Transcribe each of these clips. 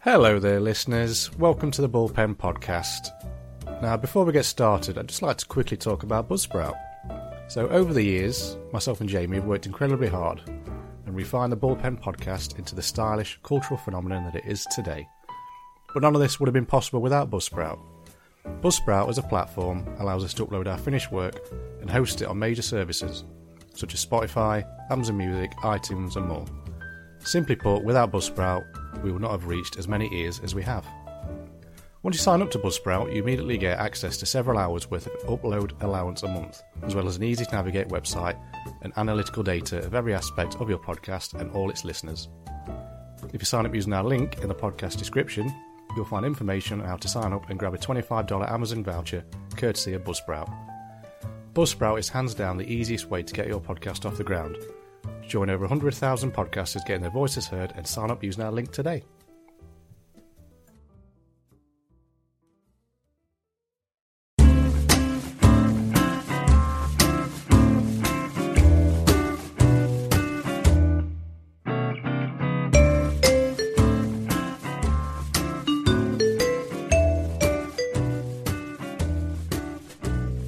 Hello there, listeners. Welcome to the Bullpen Podcast. Now, before we get started, I'd just like to quickly talk about Buzzsprout. So, over the years, myself and Jamie have worked incredibly hard and refined the Bullpen Podcast into the stylish cultural phenomenon that it is today. But none of this would have been possible without Buzzsprout. Buzzsprout as a platform allows us to upload our finished work and host it on major services such as Spotify, Amazon Music, iTunes, and more. Simply put, without Buzzsprout, we would not have reached as many ears as we have. Once you sign up to Buzzsprout, you immediately get access to several hours worth of upload allowance a month, as well as an easy to navigate website and analytical data of every aspect of your podcast and all its listeners. If you sign up using our link in the podcast description, you'll find information on how to sign up and grab a $25 Amazon voucher courtesy of Buzzsprout. Buzzsprout is hands down the easiest way to get your podcast off the ground. Join over 100,000 podcasters getting their voices heard and sign up using our link today.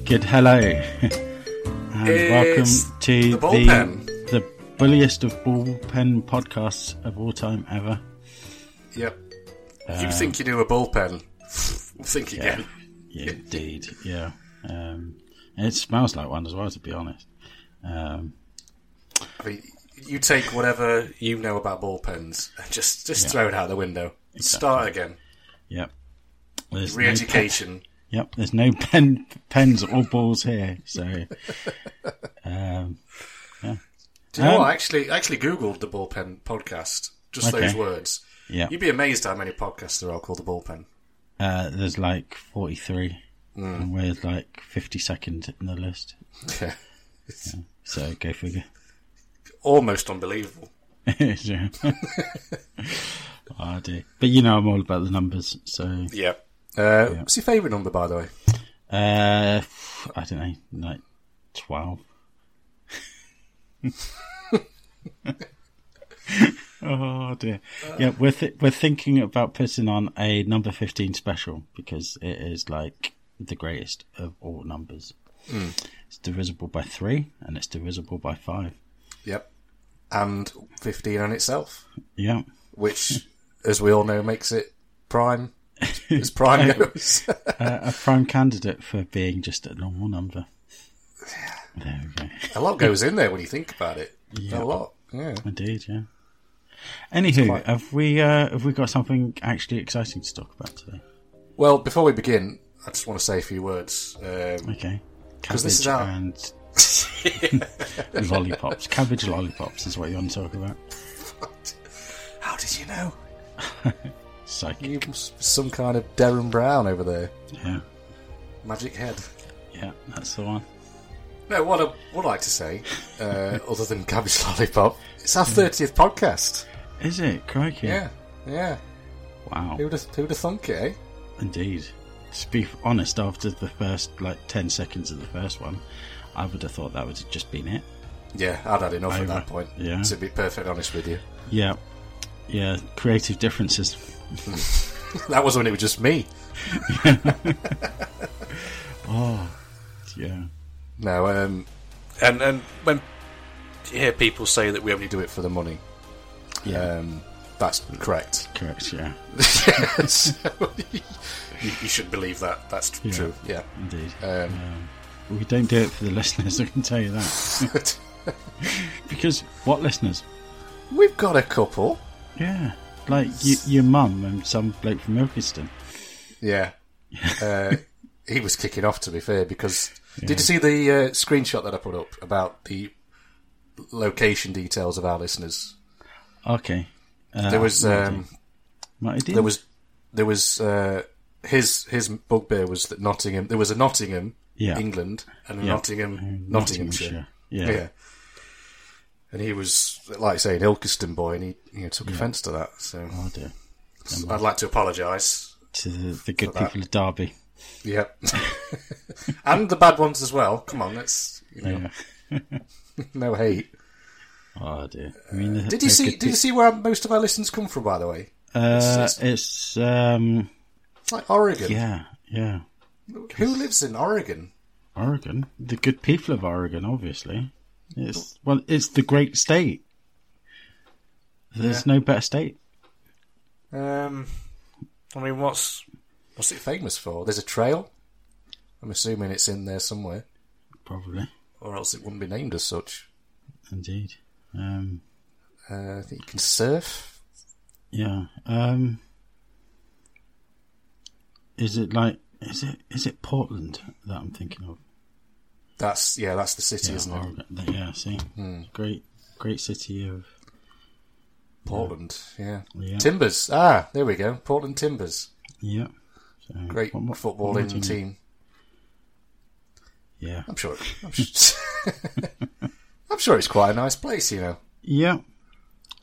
Good hello, and It's welcome to the bullpen. the bulliest of bullpen podcasts of all time ever. Yep. you think you do a bullpen? think again. Yeah, indeed, yeah. Um, and it smells like one as well, to be honest. Um, I mean, you take whatever you know about bullpens and just just throw it out the window. Start again. yep. There's no pen- Re-education. yep. There's no pen, pens or balls here, so um, do you know Um, what? I actually I actually googled the bullpen podcast. Just Okay. those words. yeah. You'd be amazed how many podcasts there are called the bullpen. Uh, there's like 43, Mm. and we're like 52nd in the list. Yeah. So go figure. Almost unbelievable. yeah. I do. But you know, I'm all about the numbers. So, Yeah. Uh, What's your favourite number, by the way? uh, I don't know, like 12. oh dear. Yeah, we're, th- we're thinking about putting on a number 15 special because it is like the greatest of all numbers. It's divisible by three and it's divisible by five. Yep. And 15 on itself, Yeah. which, as we all know, makes it prime. As prime goes. Uh, a prime candidate for being just a normal number. There we go. A lot goes in there when you think about it. A lot. Yeah. Indeed, yeah. Anywho, have we uh, have we got something actually exciting to talk about today? Well, before we begin, I just want to say a few words. Um, Okay, cabbage 'Cause this is our- and lollipops. Cabbage lollipops is what you want to talk about. how did you know? Psych. You must be some kind of Darren Brown over there, Yeah, magic head. yeah, that's the one. No, what I would like to say, uh, other than cabbage lollipop, it's our thirtieth podcast. Is it? Crikey! Yeah, yeah. Wow. Who'd have, who'd have thunk it? Eh? Indeed. To be honest, after the first like ten seconds of the first one, I would have thought that would have just been it. Yeah, I'd had enough at Over. that point. Yeah. To be perfectly honest with you, Yeah. Yeah, creative differences. that was when it was just me. Yeah. No, um, and and when you hear people say that we only do it for the money, Yeah. um, that's correct. Correct, yeah. yes. you, you should believe that. That's Yeah. true. Yeah. Indeed. Um, Um, we don't do it for the listeners, I can tell you that. Because what listeners? we've got a couple. Yeah. Like y- your mum and some bloke from Ilkeston. Yeah. Uh, he was kicking off, to be fair, because did you see the uh, screenshot that I put up about the location details of our listeners? Okay. Uh, There was um, my idea. there was there was uh, his his bugbear was that Nottingham. There was a Nottingham, Yeah. England, and a Yeah. Nottingham, Nottinghamshire. Yeah. Yeah. And he was, like I say, an Ilkeston boy, and he you know, took offence to that. So Oh dear. I'd like to apologise. To the, the good people of Derby. Yep. and the bad ones as well. Come on, let's you know, Yeah. no hate. Uh, Oh dear. I mean, Did you see? Did you see? see where most of our listeners come from? By the way, Uh, It's- it's um, It's like Oregon. yeah, yeah, Who lives in Oregon? Oregon. The good people of Oregon, obviously. It's well, it's the great state. There's no better state. Um, I mean, what's what's it famous for? There's a trail. I'm assuming it's in there somewhere, Probably. or else it wouldn't be named as such. Indeed. Um, Uh, I think you can surf. yeah. Um, is it like is it is it Portland that I'm thinking of? That's yeah, that's the city, Yeah, isn't it? Hmm. Oregon. yeah see, great great city of Portland. Yeah. Yeah. Timbers. Ah, there we go. Portland Timbers. yeah. So, Great what- what- what footballing do you team. mean? Yeah. I'm sure. I'm sure, I'm sure it's quite a nice place, you know. Yeah.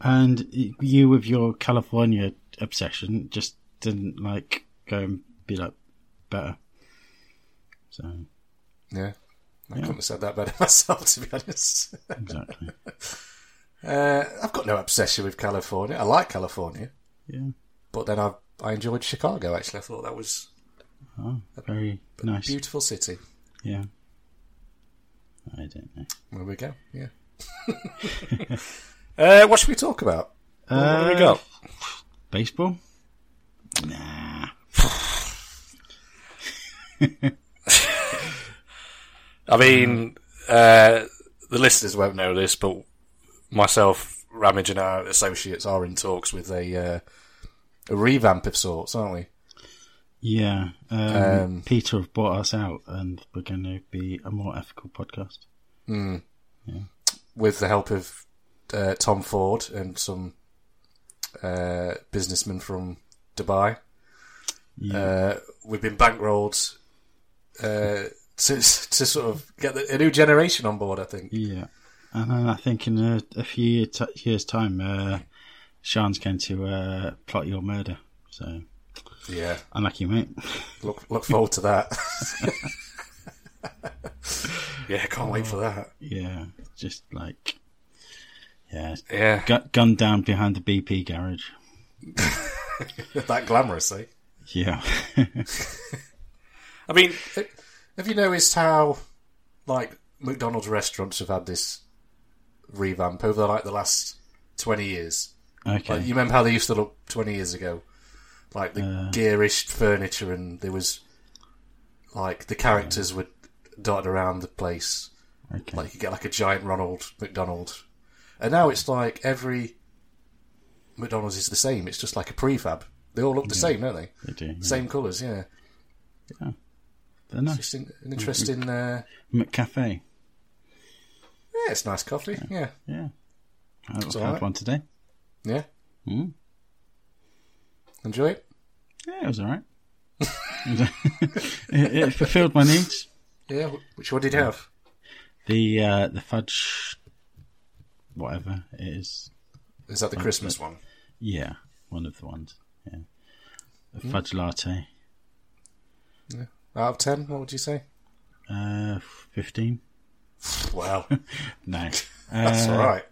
And y- you with your California obsession just didn't like go and be like better. So Yeah. I couldn't have said that better myself, to be honest. exactly. Uh, I've got no obsession with California. I like California, yeah. but then I I enjoyed Chicago. Actually, I thought that was Oh, very nice. beautiful city. Yeah. I don't know. There we go. Yeah. uh, what should we talk about? what Uh, have we got? Baseball? Nah. I mean, uh, the listeners won't know this, but myself, Ramage, and our associates are in talks with a uh, a revamp of sorts, aren't we? Yeah. Um, Um, Peter have bought us out and we're going to be a more ethical podcast. With the help of uh, Tom Ford and some uh, businessmen from Dubai. Yeah. Uh, we've been bankrolled uh, to to sort of get the, a new generation on board. I think. Yeah, and then I think in a, a few year t- years' time, uh, Sean's going to uh, plot your murder. So Yeah, unlucky, mate. look look forward to that. yeah, can't wait for that. yeah, just like yeah, Yeah, gu- gunned down behind the BP garage. that glamorous, eh? Yeah, I mean, have you noticed how like McDonald's restaurants have had this revamp over like the last twenty years? okay, Like, you remember how they used to look 20 years ago? Like the garish furniture, and there was like the characters were dotted around the place. okay, Like you get like a giant Ronald McDonald. And now it's like every McDonald's is the same. It's just like a prefab. They all look the same, don't they? they do. yeah. Same colours, yeah. They're nice. Just in, an interesting. Uh, McCafe. yeah, it's nice coffee. Yeah, Yeah, I have alright. one today. yeah. Mm. Enjoy it. Yeah, it was all right. it, it fulfilled my needs. Yeah. wh- Which one did you have? The uh, the fudge, whatever it is, Is that the Christmas one? Yeah, one of the ones. Yeah, a Hmm. fudge latte. Out of ten, what would you say? Uh, fifteen. Wow, No, Uh, that's all right.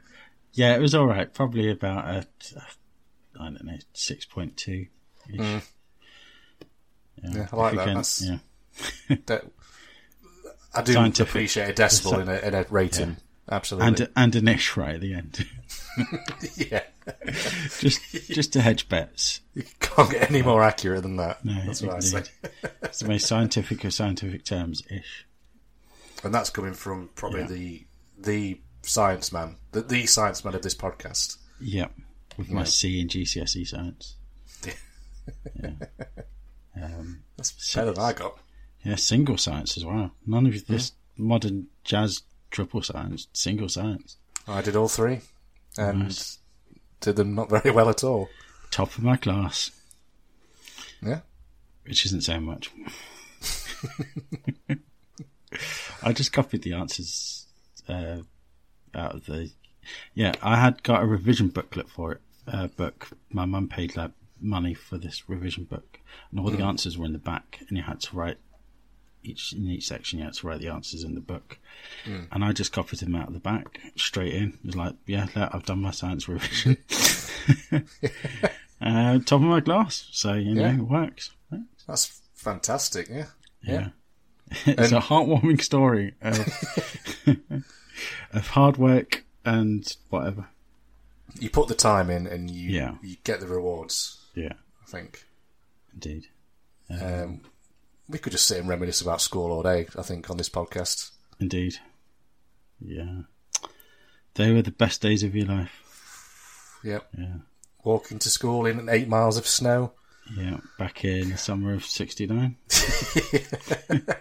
yeah, it was all right. Probably about a, I don't know, six point two. Yeah, Yeah, I if like you that. can- That's- yeah, that I do Scientific. appreciate a decimal in a, in a rating. and Absolutely. and an ish right at the end. yeah. just just to hedge bets. You can't get any more accurate than that. No, that's what I say. indeed. It's the most scientific of scientific terms. Ish. And that's coming from probably Yeah. the the science man, the, the science man of this podcast. Yeah, with my C in GCSE science. That's better than I got. Um, Yeah, single science as well. None of this modern jazz triple science, single science. I did all three and did them not very well at all. Top of my class, Yeah. which isn't saying much. I just copied the answers uh, out of the. Yeah, I had got a revision booklet for it. Uh, book. My mum paid like money for this revision book, and all the answers were in the back, and you had to write each in each section. You had to write the answers in the book, and I just copied them out of the back straight in. It was like, yeah, look, I've done my science revision. uh, top of my glass. So, you know, Yeah. it works. right? That's fantastic. Yeah. Yeah. it's a heartwarming story of, of hard work and whatever. You put the time in and you Yeah. you get the rewards. Yeah, I think indeed. um, we could just sit and reminisce about school all day. I think on this podcast. Indeed. Yeah. They were the best days of your life. Yeah. Yeah. Walking to school in eight miles of snow. Yeah. Back in the summer of 69. I think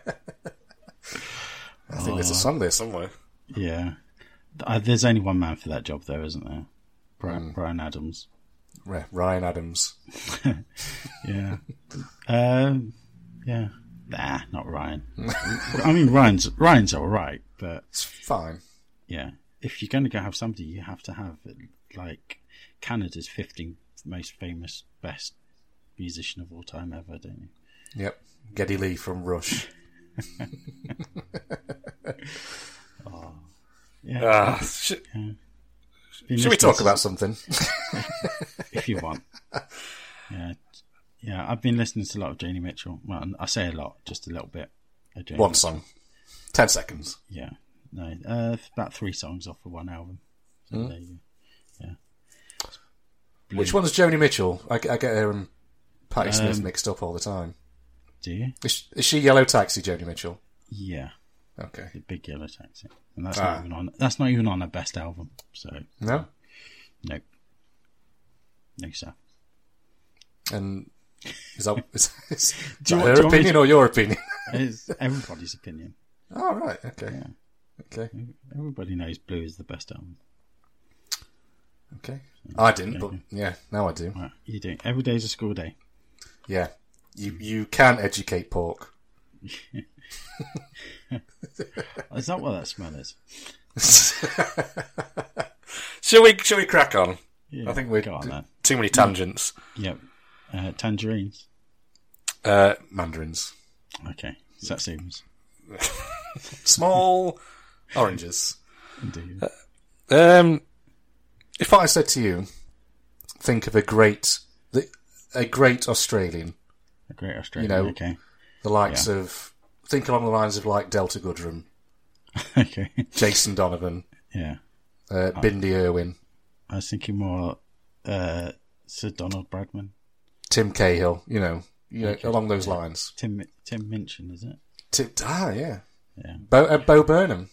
Oh. there's a song there somewhere. Yeah. Th- uh, There's only one man for that job, though, isn't there? Brian, Brian Adams. Ra- Ryan Adams. Yeah. um, yeah. Nah, not Ryan. I mean, Ryan's Ryan's all right, but It's fine. yeah, if you're going to go have somebody, you have to have like Canada's 15th most famous best musician of all time ever, don't you? Yep. Geddy Lee from Rush. Yeah. Ah, sh- Been should we listening talk to- about something? if you want? yeah, yeah. I've been listening to a lot of Janie Mitchell. Well, I say a lot, just a little bit. of Joni One song. Ten seconds. Yeah, no, uh, about three songs off of one album. So Hmm? there you Which one's Joni Mitchell? I, I get her and Patti Smith mixed up all the time. do. you? Is, is she Yellow Taxi, Joni Mitchell? Yeah, Okay. the Big Yellow Taxi, and that's Ah. not even on. That's not even on her best album. So No? nope, no sir. And is that, is, is Do you want- do you that her want me opinion or your opinion? It's everybody's opinion. oh, right. Okay. Okay. Everybody knows Blue is the best album. Okay. I didn't, but yeah, now I do. Right, you do. Every day's a school day. Yeah. You, you can educate pork. Is that what that smell is? Shall we, shall we crack on? Yeah, I think we're go on then. too many tangents. Yep. Uh, tangerines. Uh, mandarins. Okay. So that seems. Small oranges. Indeed. Um, if I said to you, think of a great, the, a great Australian, A great Australian. know- okay. the likes of, think along the lines of like Delta Goodrum, okay. Jason Donovan, Yeah. uh, Bindi Irwin, I was thinking more uh, Sir Donald Bradman. Tim Cahill, you know, you know, along those lines. Tim Tim Minchin, is it? Tim, ah, yeah, Yeah. Bo, uh, Bo Burnham.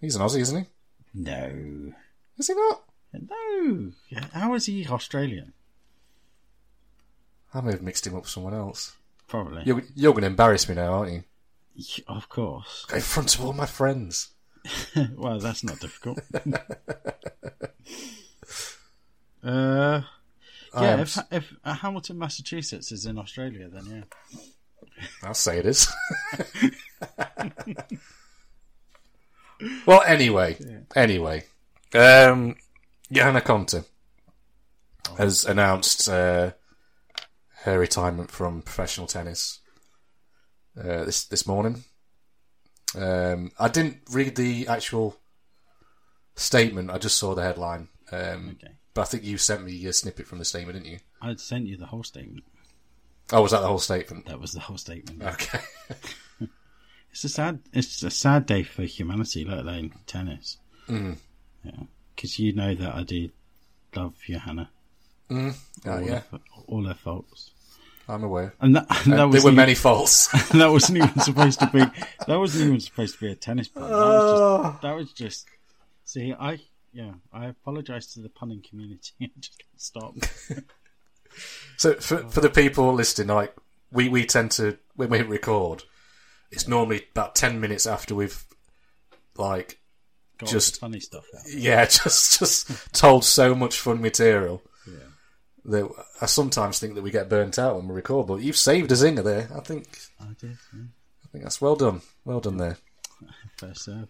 He's an Aussie, isn't he? No. Is he not? No. How is he Australian? I may have mixed him up with someone else. Probably. You're, you're going to embarrass me now, aren't you? Of course. In front of all my friends. well, that's not difficult. uh, yeah, am if, if uh, Hamilton, Massachusetts is in Australia, then yeah. I'll say it is. well, anyway, anyway, um, Johanna Conte has announced uh, her retirement from professional tennis uh, this this morning. Um, I didn't read the actual statement; I just saw the headline. Um, Okay. But I think you sent me a snippet from the statement, didn't you? I'd sent you the whole statement. Oh, was that the whole statement? That was the whole statement. Okay. It's a sad. It's a sad day for humanity, let alone tennis. Mm. Yeah, because you know that I do love Johanna. Oh, all yeah, her, all her faults, I'm aware. and that, and that there was were many faults. that wasn't even supposed to be. That wasn't even supposed to be a tennis pun. That was Ah. just. That was just see, I yeah, I apologise to the punning community. I just can't stop. So for for the people listening, like we we tend to when we record, it's normally about ten minutes after we've like Got Just- all the funny stuff out. yeah just just told so much fun material Yeah. that I sometimes think that we get burnt out when we record. But you've saved a zinger there. I think I did. Yeah. I think that's well done. Well done there. First serve.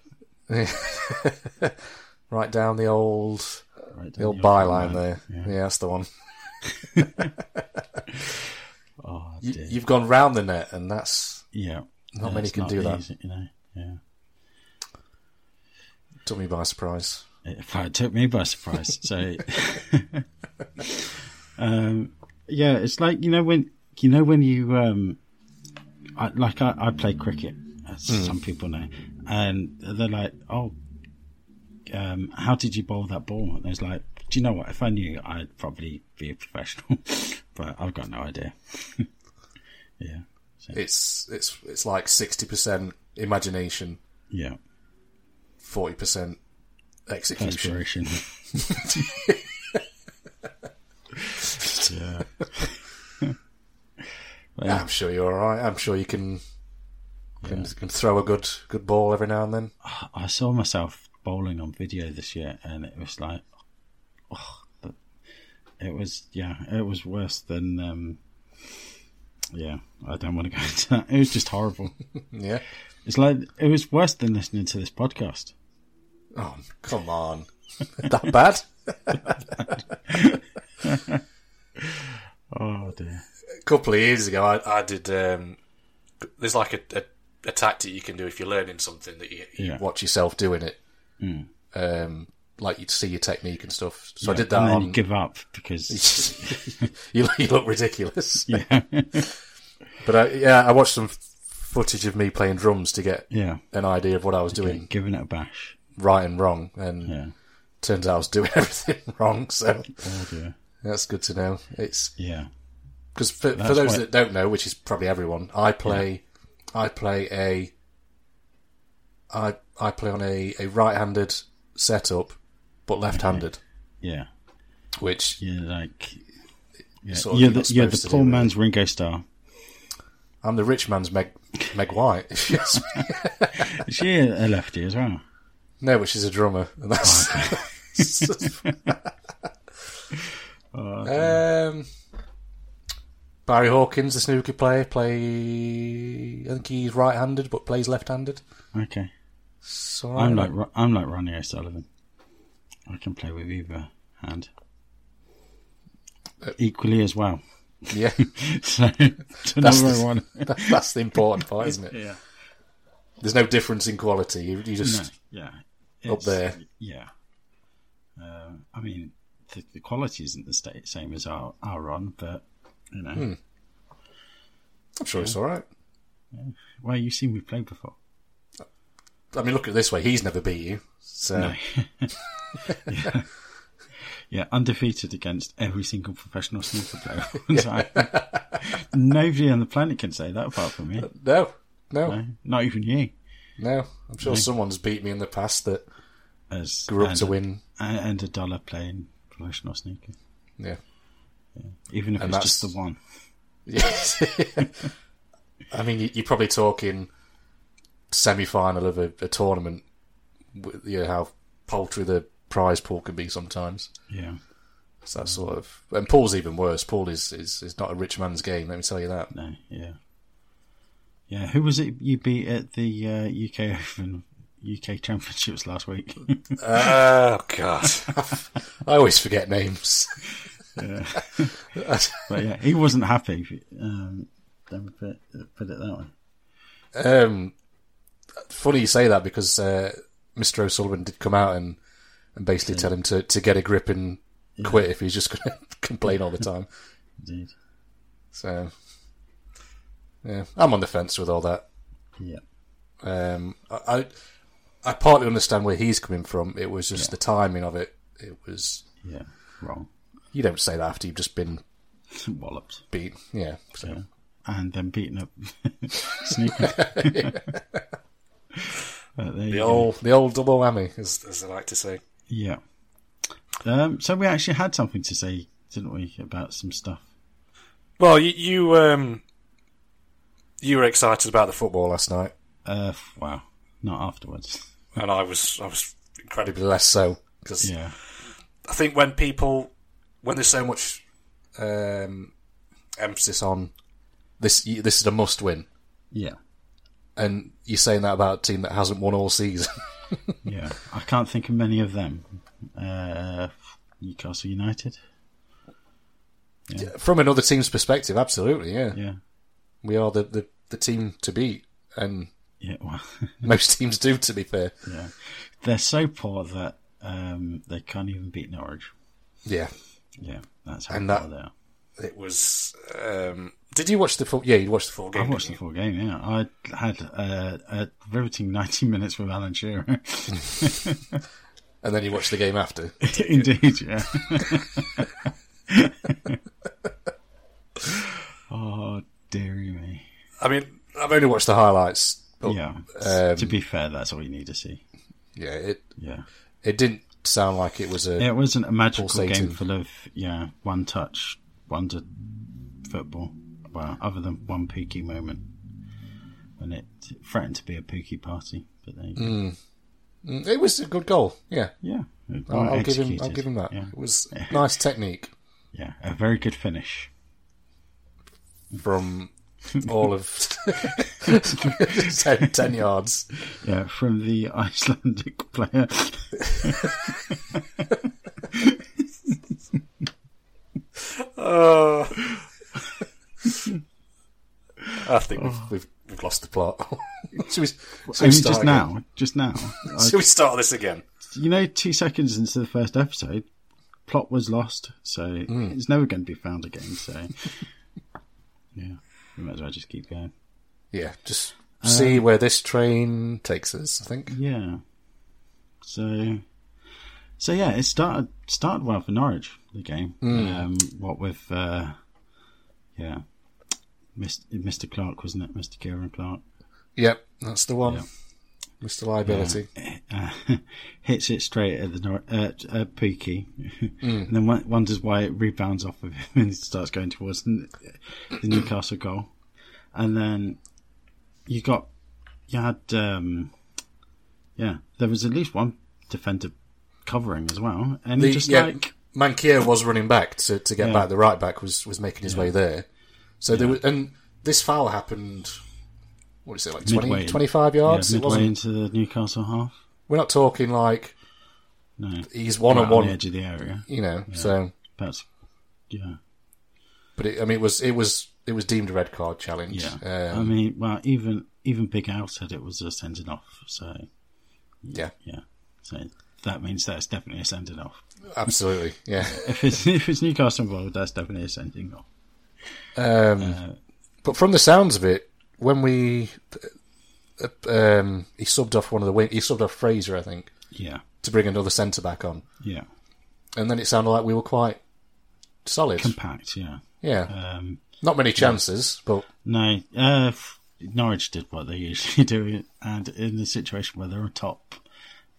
Right down the old Right the down old the old byline line. there. Yeah. that's the one. Oh, I You, did. you've gone round the net, and that's yeah. Not Yeah, many it's can not do that. easy, You know. Yeah. took me by surprise. It, it took me by surprise. So, Um, yeah, it's like you know when you know when you um, I, like I, I play cricket, as some people know, and they're like, "Oh, um, how did you bowl that ball?" And I was like, "Do you know what? If I knew, I'd probably be a professional, but I've got no idea." yeah, so, It's it's it's like sixty percent imagination, yeah, forty percent execution. perspiration. yeah. Yeah, I'm sure you're all right. I'm sure you can can, can throw a good good ball every now and then. I saw myself bowling on video this year, and it was like, oh, but it was yeah, it was worse than um, yeah. I don't want to go into that. It was just horrible. Yeah. it's like it was worse than listening to this podcast. Oh, come on. that bad? Oh dear. A couple of years ago, I, I did. Um, there's like a, a, a tactic you can do if you're learning something that you, you Yeah. Hmm. watch yourself doing it. Um, like you'd see your technique and stuff. So I did that and then on. you give up because you, look- you look ridiculous. yeah, But I, yeah, I watched some f- footage of me playing drums to get yeah, an idea of what I was doing giving it a bash. right and wrong. And Yeah. turns out I was doing everything wrong. So Oh dear. that's good to know. It's Yeah. because for, for That's those why- that don't know, which is probably everyone, I play, I play a, I I play on a, a right-handed setup, but left-handed, Yeah. which You're like yeah. Sort of you're you're the not you're the supposed to poor do, man's Ringo Starr. I'm the rich man's Meg Meg White. if you ask me. Is she a lefty as well? no, which is a drummer, Oh, and that's. Oh, um, Barry Hawkins, the snooker player, play. I think he's right-handed, but plays left-handed. Okay. So I'm like Ro- I'm like Ronnie O'Sullivan. I can play with either hand equally as well. yeah, So to That's number the- one, that's the important part, isn't it? yeah, There's no difference in quality. You, you no, just yeah, Up It's- there. Yeah, uh, I mean the, the quality isn't the sta- same as our our run, but you know, Hmm. I'm sure it's all right. well, you've seen me play before. I mean, look at it this way. He's never beat you. So No. yeah. Yeah, undefeated against every single professional snooker player. on time. Nobody on the planet can say that apart from me. no, no, no. No, not even you. I'm sure someone's beat me in the past that As grew up and to a- win. and and a dollar playing professional snooker, Yeah. even if And it's just the that's- one. Yes. I mean, you- you're probably talking semi-final of a, a tournament. With, you know how paltry the prize pool can be sometimes. Yeah, It's that sort of. And Paul's even worse. Paul is, is is not a rich man's game. Let me tell you that. no, yeah, yeah. Who was it you beat at the uh, UK Open, UK Championships last week? Oh God! I always forget names. but yeah, he wasn't happy. Um, let me put, put it that way. Um, funny you say that because uh, Mr. O'Sullivan did come out and, and basically tell him to, to get a grip and quit if he's just going to complain all the time. Indeed. So, yeah, I'm on the fence with all that. Yeah. Um, I, I I partly understand where he's coming from. It was just the timing of it. It was Yeah, wrong. you don't say that after you've just been Walloped. beat. Yeah, so. Yeah. And then beaten up Snooker. but there you The go. old, the old double whammy, as, as I like to say. Yeah. Um, so we actually had something to say, didn't we, about some stuff? Well, you you, um, you were excited about the football last night, Uh, f- wow. Not afterwards. and I was I was incredibly less so because Yeah. I think when people when there's so much um, emphasis on this y- this is a must win, Yeah. and you're saying that about a team that hasn't won all season. Yeah. I can't think of many of them. Uh, Newcastle United. From another team's perspective, absolutely, yeah, Yeah. we are the, the, the team to beat, and Yeah. Well, most teams do. To be fair, yeah. They're so poor that um, they can't even beat Norwich. yeah, Yeah. That's how And far that- they are. It was. Um, did you watch the full? Yeah, you watched the full game. I watched the didn't full game. Yeah, I had uh, a riveting ninety minutes with Alan Shearer. you? And then you watched the game after. Indeed, yeah. oh, dearie me. I mean, I've only watched the highlights. but, yeah. um, to be fair, that's all you need to see. yeah. It Yeah. it didn't sound like it was a. It wasn't a magical Pulsating. game full of yeah one touch wonder football. Well, other than one peaky moment when it threatened to be a peaky party, but there you go. Mm, It was a good goal. Yeah, yeah, I'll, well I'll give him. I'll executed. give him that. Yeah, It was nice technique yeah, a very good finish. from all of ten, ten yards. Yeah, from the Icelandic player. Oh. I think we've, we've, we've lost the plot. should we, should we I mean, Oh. start just again? now, just now. I- Should we start this again? you know, two seconds into the first episode, plot was lost, so Mm. it's never going to be found again. So, yeah, we might as well just keep going. Yeah, just Um, see where this train takes us. I think. Yeah. So, so yeah, it started started well for Norwich the game. Um, what with uh, yeah, Mr. Mr. Clark wasn't it, Mr. Kieran Clark? Yep, that's the one. Yeah. Mr. Liability. uh, hits it straight at the nor- uh, uh, Pookie, Mm. and then w- wonders why it rebounds off of him and starts going towards the the Newcastle goal. And then you got you had um, yeah, there was at least one defender covering as well, and The- he just yeah, like Mankier was running back to, to get Yeah. back. The right back was, was making his way there. So there was, and this foul happened. What is it like 20, Midway. 25 yards? yeah, it midway wasn't. into the Newcastle half. We're not talking like No, he's one on on the one. edge of the area. You know. So, That's yeah. but it, I mean, it was it was it was deemed a red card challenge. Yeah, Um, I mean, well, even even Big Al said it was a sending off. So yeah, yeah, so that means that's definitely a sending off. absolutely. Yeah. If it's if it's Newcastle involved, that's definitely a sending off. Um, Uh, but from the sounds of it, when we uh, um, he subbed off one of the wing, he subbed off Fraser, I think, Yeah, to bring another centre back on, yeah, and then it sounded like we were quite solid. compact. Yeah, yeah, um, not many chances, but no, uh, f- Norwich did what they usually do, and in the situation where they're on top,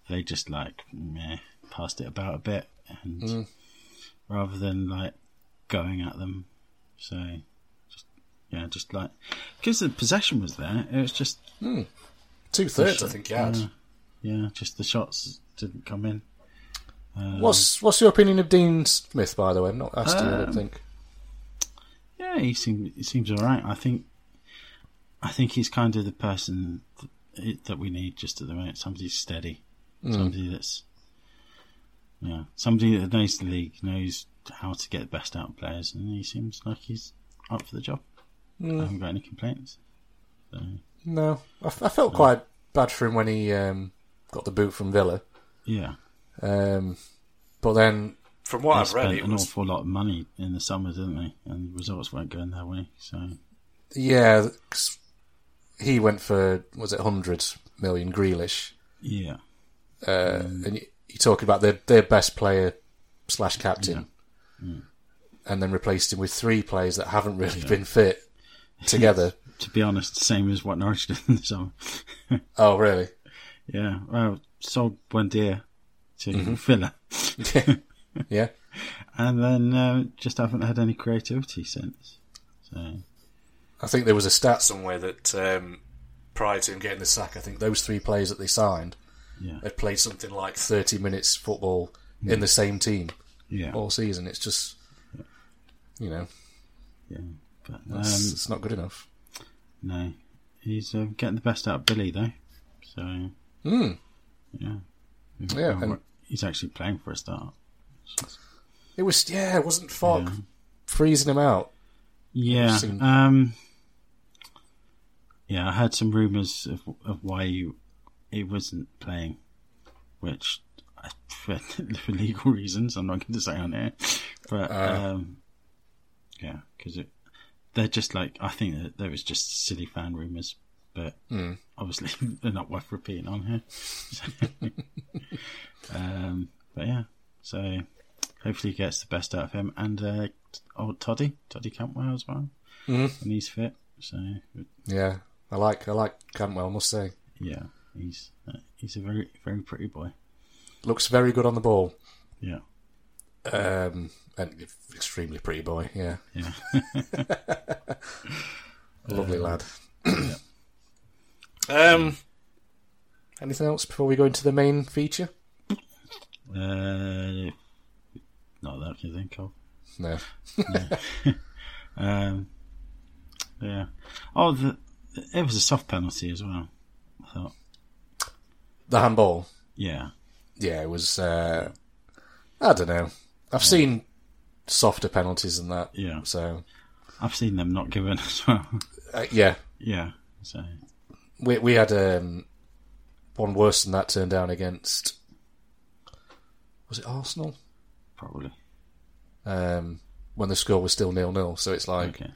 they just like meh, passed it about a bit, and rather than like going at them, so just yeah, just like because the possession was there, it was just two thirds, I think. he had. Yeah, just the shots didn't come in. what's what's your opinion of Dean Smith, by the way? I've not asked you. I Um, don't think. Yeah, he seems he seems all right. I think I think he's kind of the person th- that we need just at the minute. Somebody steady, somebody that's yeah, somebody that knows the league, knows how to get the best out of players, and he seems like he's up for the job. I haven't got any complaints. So, No, I, f- I felt quite bad for him when he um, got the boot from Villa, yeah, um, but then from what they spent an awful lot of money in the summer, didn't they? And the results weren't going their way. So Yeah, 'cause he went for was it hundred million Grealish, yeah, uh, and you- you're talking about their their best player slash captain, and then replaced him with three players that haven't really been fit together. to be honest, same as what Norwich did in the summer. oh, really? Yeah, well, sold Buendia to Villa, Yeah, and then uh, just haven't had any creativity since. So I think there was a stat somewhere that um, prior to him getting the sack, I think those three players that they signed yeah, had played something like thirty minutes football in the same team yeah, all season. It's just, you know, yeah. But it's, um, it's not good enough. no, he's uh, getting the best out of Billy though. So Hmm. yeah, Yeah, Well, and- he's actually playing for a start. It was yeah, it wasn't Fogg freezing him out. Yeah. seen- Um, yeah, I heard some rumours of, of why you, it wasn't playing, which I, for, for legal reasons, I'm not going to say on air. But um, yeah, because they're just like I think that there is just silly fan rumors, but obviously they're not worth repeating on here. So, um, but yeah, so hopefully he gets the best out of him and uh, old Toddy, Toddy Campwell as well, Mm-hmm. and he's fit. So Yeah, I like I like Cantwell. I must say, yeah, he's uh, he's a very very pretty boy. looks very good on the ball. Yeah, Um, and extremely pretty boy. Yeah, yeah. lovely lad. um, anything else before we go into the main feature? Uh, not that I can think of. No. Um, yeah. Oh, the, it was a soft penalty as well. I thought. The handball. Yeah. Yeah, it was. Uh, I don't know. I've seen softer penalties than that. Yeah. So I've seen them not given as well. uh, yeah, yeah. So we we had um, one worse than that turned down against. Was it Arsenal? probably. Um, when the score was still nil nil. So it's like Okay.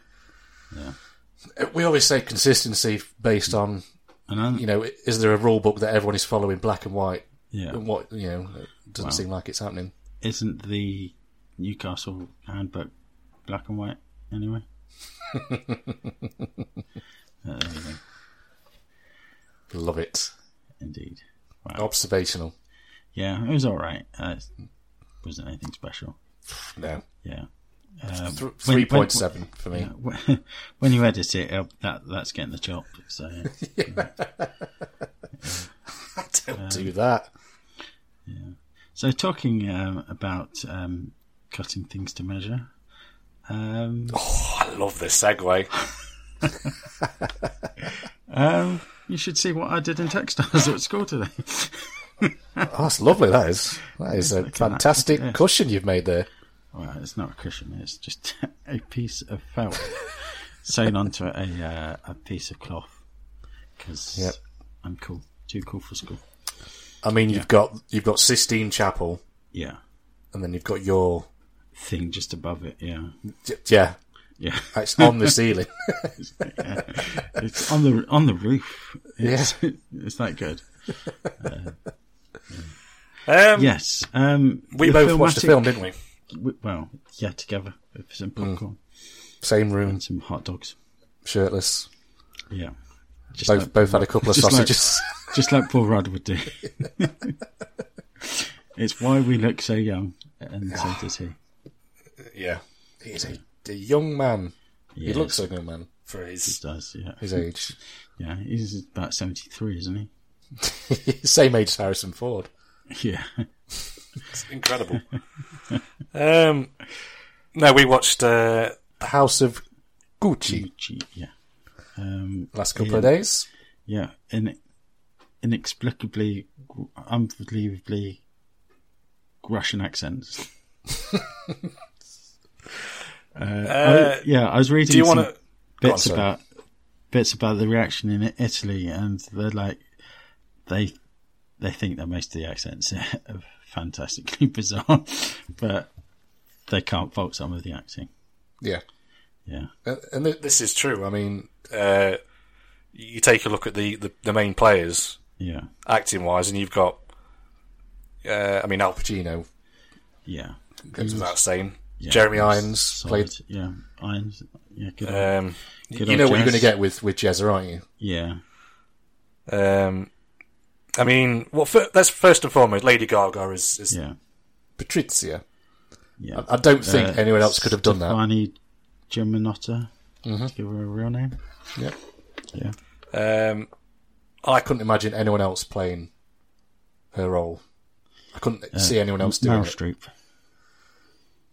we always say consistency based on And then, you know is there a rule book that everyone is following black and white yeah. and what you know it doesn't Wow. seem like it's happening. Isn't the Newcastle handbook black and white anyway? Uh, there you go. Love it. Indeed. Wow. Observational. Yeah, it was all right. Uh, wasn't anything special. No. Yeah. Um, Th- when- Three when- point seven for me. Yeah, when you edit it, uh, that that's getting the chop. So Don't do that. so talking um, about um, cutting things to measure. Um, I love this segue. um, you should see what I did in textiles at school today. Oh, that's lovely. That is that is a fantastic Yes. cushion you've made there. well, it's not a cushion; it's just a piece of felt sewn onto a uh, a piece of cloth. Because Yep. I'm cool, too cool for school. I mean, you've got you've got Sistine Chapel, Yeah, and then you've got your thing just above it. Yeah, y- yeah. yeah. It's on the ceiling. It's on the on the roof. Yeah. It's, it's that good. Um, Yes. Um, we both watched the filmatic- film, didn't we? Mm. w- Well, yeah, together with some popcorn Same room, and some hot dogs. shirtless. Yeah. Just Both like, both had a couple of Just like- sausages. just like Paul Rudd would do. it's why we look so young, and Ah. so does he. yeah, he's a, a young man. Yes, He looks like a young man for his he does. Yeah, his age. yeah. He's about seventy three, isn't he? Same age as Harrison Ford. Yeah, It's incredible. um, no, we watched uh, The House of Gucci Gee, yeah. Um, last couple of days. yeah, in, inexplicably, unbelievably Russian accents. uh, I- yeah, I was reading Do you some want to? Go on, bits sorry. about bits about the reaction in Italy, and they're like they they think that most of the accents are fantastically bizarre, but they can't fault some of the acting. Yeah. Yeah, Uh, and th- this is true. I mean, uh, you take a look at the, the, the main players yeah, acting wise, and you've got, uh, I mean, Al Pacino yeah. Mm. goes without saying. Yeah, Jeremy he's Irons solid. Yeah, Irons. Yeah, good. played. Um, Good you old know what Jazz. you're going to get with with Jezza, aren't you? yeah, Um, I mean, well, fir- that's first and foremost. Lady Gaga is, is yeah, Uh, Patrizia. yeah. I don't think anyone else could have done that. Mm-hmm. Stefani Geminotta. To give her a real name. Yeah. Yeah. Um, I couldn't imagine anyone else playing her role. I couldn't Uh, see anyone else doing Meryl it. Streep.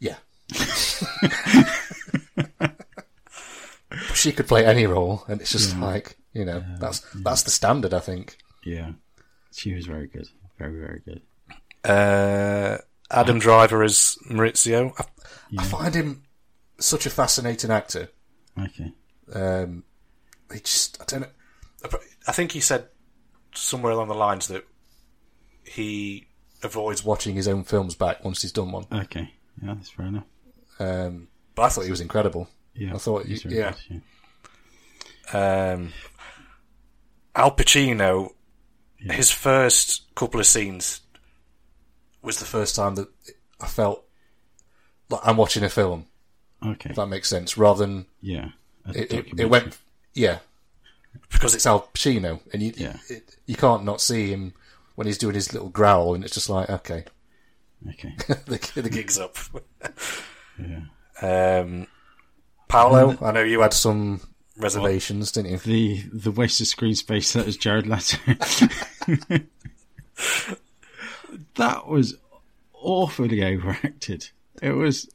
Yeah. she could play any role, and it's just like you know that's that's the standard, I think. Yeah. She was very good. Very, very good. Uh, Adam Driver as Maurizio. I, I find him such a fascinating actor. Okay. Um, he just I don't know. I think he said somewhere along the lines that he avoids watching his own films back once he's done one. Okay. Yeah, that's fair enough. Um, but I thought he was incredible. Yeah, I thought, he's very yeah. good, yeah. Um, Al Pacino, his first couple of scenes was the first time that I felt like I'm watching a film. Okay, If that makes sense, rather than yeah. A it, it, it documentary. went, yeah, because it's Al Pacino, and you Yeah. it, you can't not see him when he's doing his little growl, and it's just like, okay, Okay, the, the gig's up. yeah. Um, Paolo, I know you had some reservations, didn't you? The the waste of screen space that is Jared Leto. that was awfully overacted. It was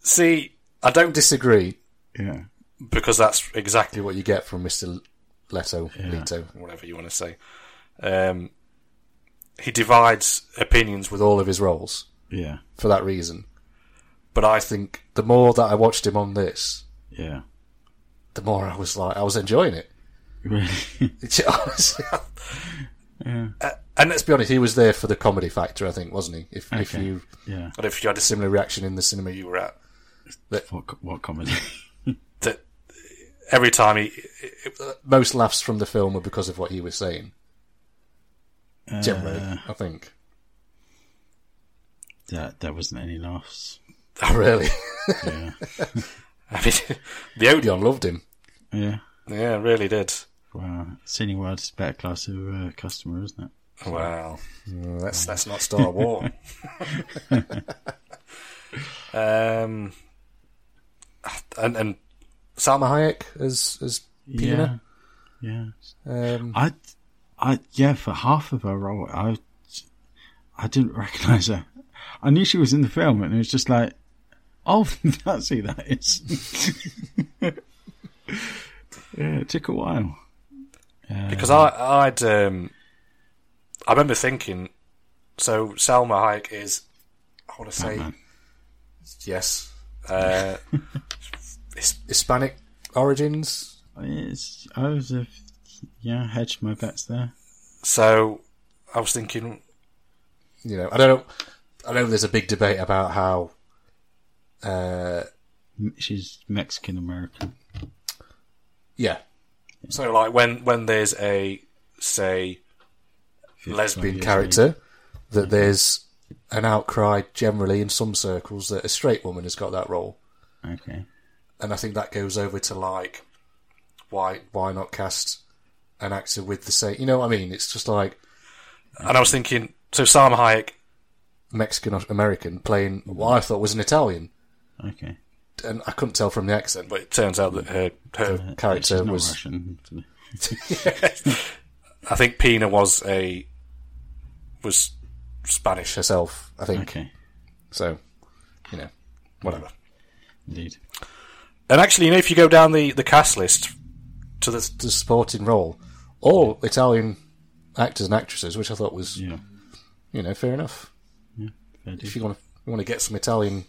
See, I don't disagree. yeah. because that's exactly what you get from Mr. Leto, Leto, whatever you want to say. Um, he divides opinions with all of his roles Yeah. for that reason. But I think the more that I watched him on this, Yeah. the more I was like, I was enjoying it. Really. It's- Honestly, Uh, and let's be honest, he was there for the comedy factor, I think, wasn't he? If, if Okay. you, yeah. I don't know if you had a similar reaction in the cinema you were at, What co- what comedy? that every time he, most laughs from the film were because of what he was saying. Uh, Generally, I think. That there wasn't any laughs. Oh, really? Yeah. I mean, the Odeon loved him. yeah. Yeah, really did. Wow. Senior world is a better class of uh, customer, isn't it? Wow. Uh, That's that's not Star War. um, and and Salma Hayek as as Yeah. Pina. Yeah. Um, I, I yeah, for half of her role, I, I didn't recognise her. I knew she was in the film, and it was just like, oh, that's who that is. yeah, it took a while. because I I'd um, I remember thinking. So Salma Hayek is, I want to say, Batman. yes, uh, His- Hispanic origins. It's, I was a, yeah, hedged my bets there. So I was thinking, you know, I don't know. I know there's a big debate about how, uh, M- She's Mexican American. yeah. So like when when there's a say lesbian character, that there's an outcry generally in some circles that a straight woman has got that role, Okay. and I think that goes over to like, why why not cast an actor with the same? You know what I mean? It's just like, and I was thinking, so Salma Hayek, Mexican American, playing what I thought was an Italian. Okay. and I couldn't tell from the accent, but it turns out that her her She's character not was. Russian. I think Pina was a was Spanish herself. I think Okay. so. You know, whatever. Indeed. And actually, you know, if you go down the, the cast list to the, the supporting role, all Italian actors and actresses, which I thought was Yeah. you know fair enough. Yeah. Fair If dues. you want to you want to get some Italian,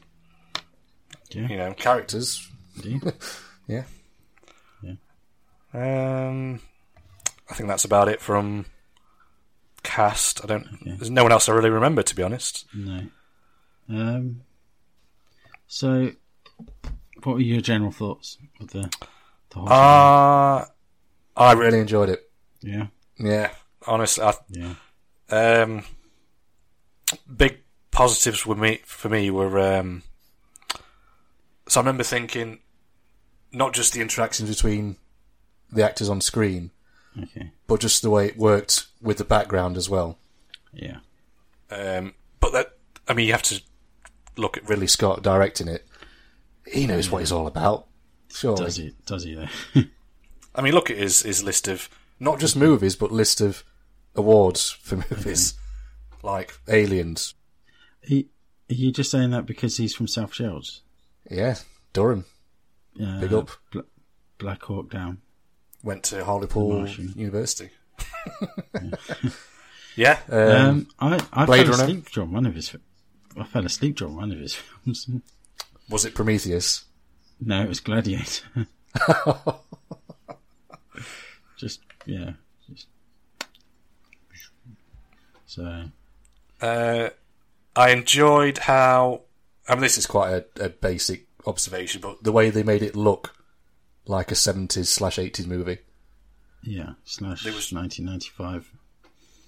Yeah. you know, characters, Indeed. yeah. Yeah. Um, I think that's about it from cast. I don't. There's no one else I really remember, to be honest. No. Um. So, what were your general thoughts of the the whole? Uh I really enjoyed it. yeah, Yeah, honestly, I, yeah, um, big positives for me for me were um, so I remember thinking not just the interactions between the actors on screen, okay, but just the way it worked with the background as well. yeah, Um, but that, I mean, you have to look at Ridley Scott directing it. He knows what he's all about. Surely. does he? Does he though? I mean, look at his, his list of not just movies, but list of awards for movies like Aliens. he, are you just saying that because he's from South Shields? Yeah, Durham Uh, Big up. Bla- Black Hawk Down. went to Hartlepool Martian. University. yeah, Um, um, I I Blade fell Runner? asleep during one of his. fi- I fell asleep during one of his films. was it Prometheus? no, it was Gladiator. just yeah, just so Uh, I enjoyed how I mean, this is quite a, a basic observation, but the way they made it look like a 70s slash 80s movie. Yeah, slash was- Hmm. 1995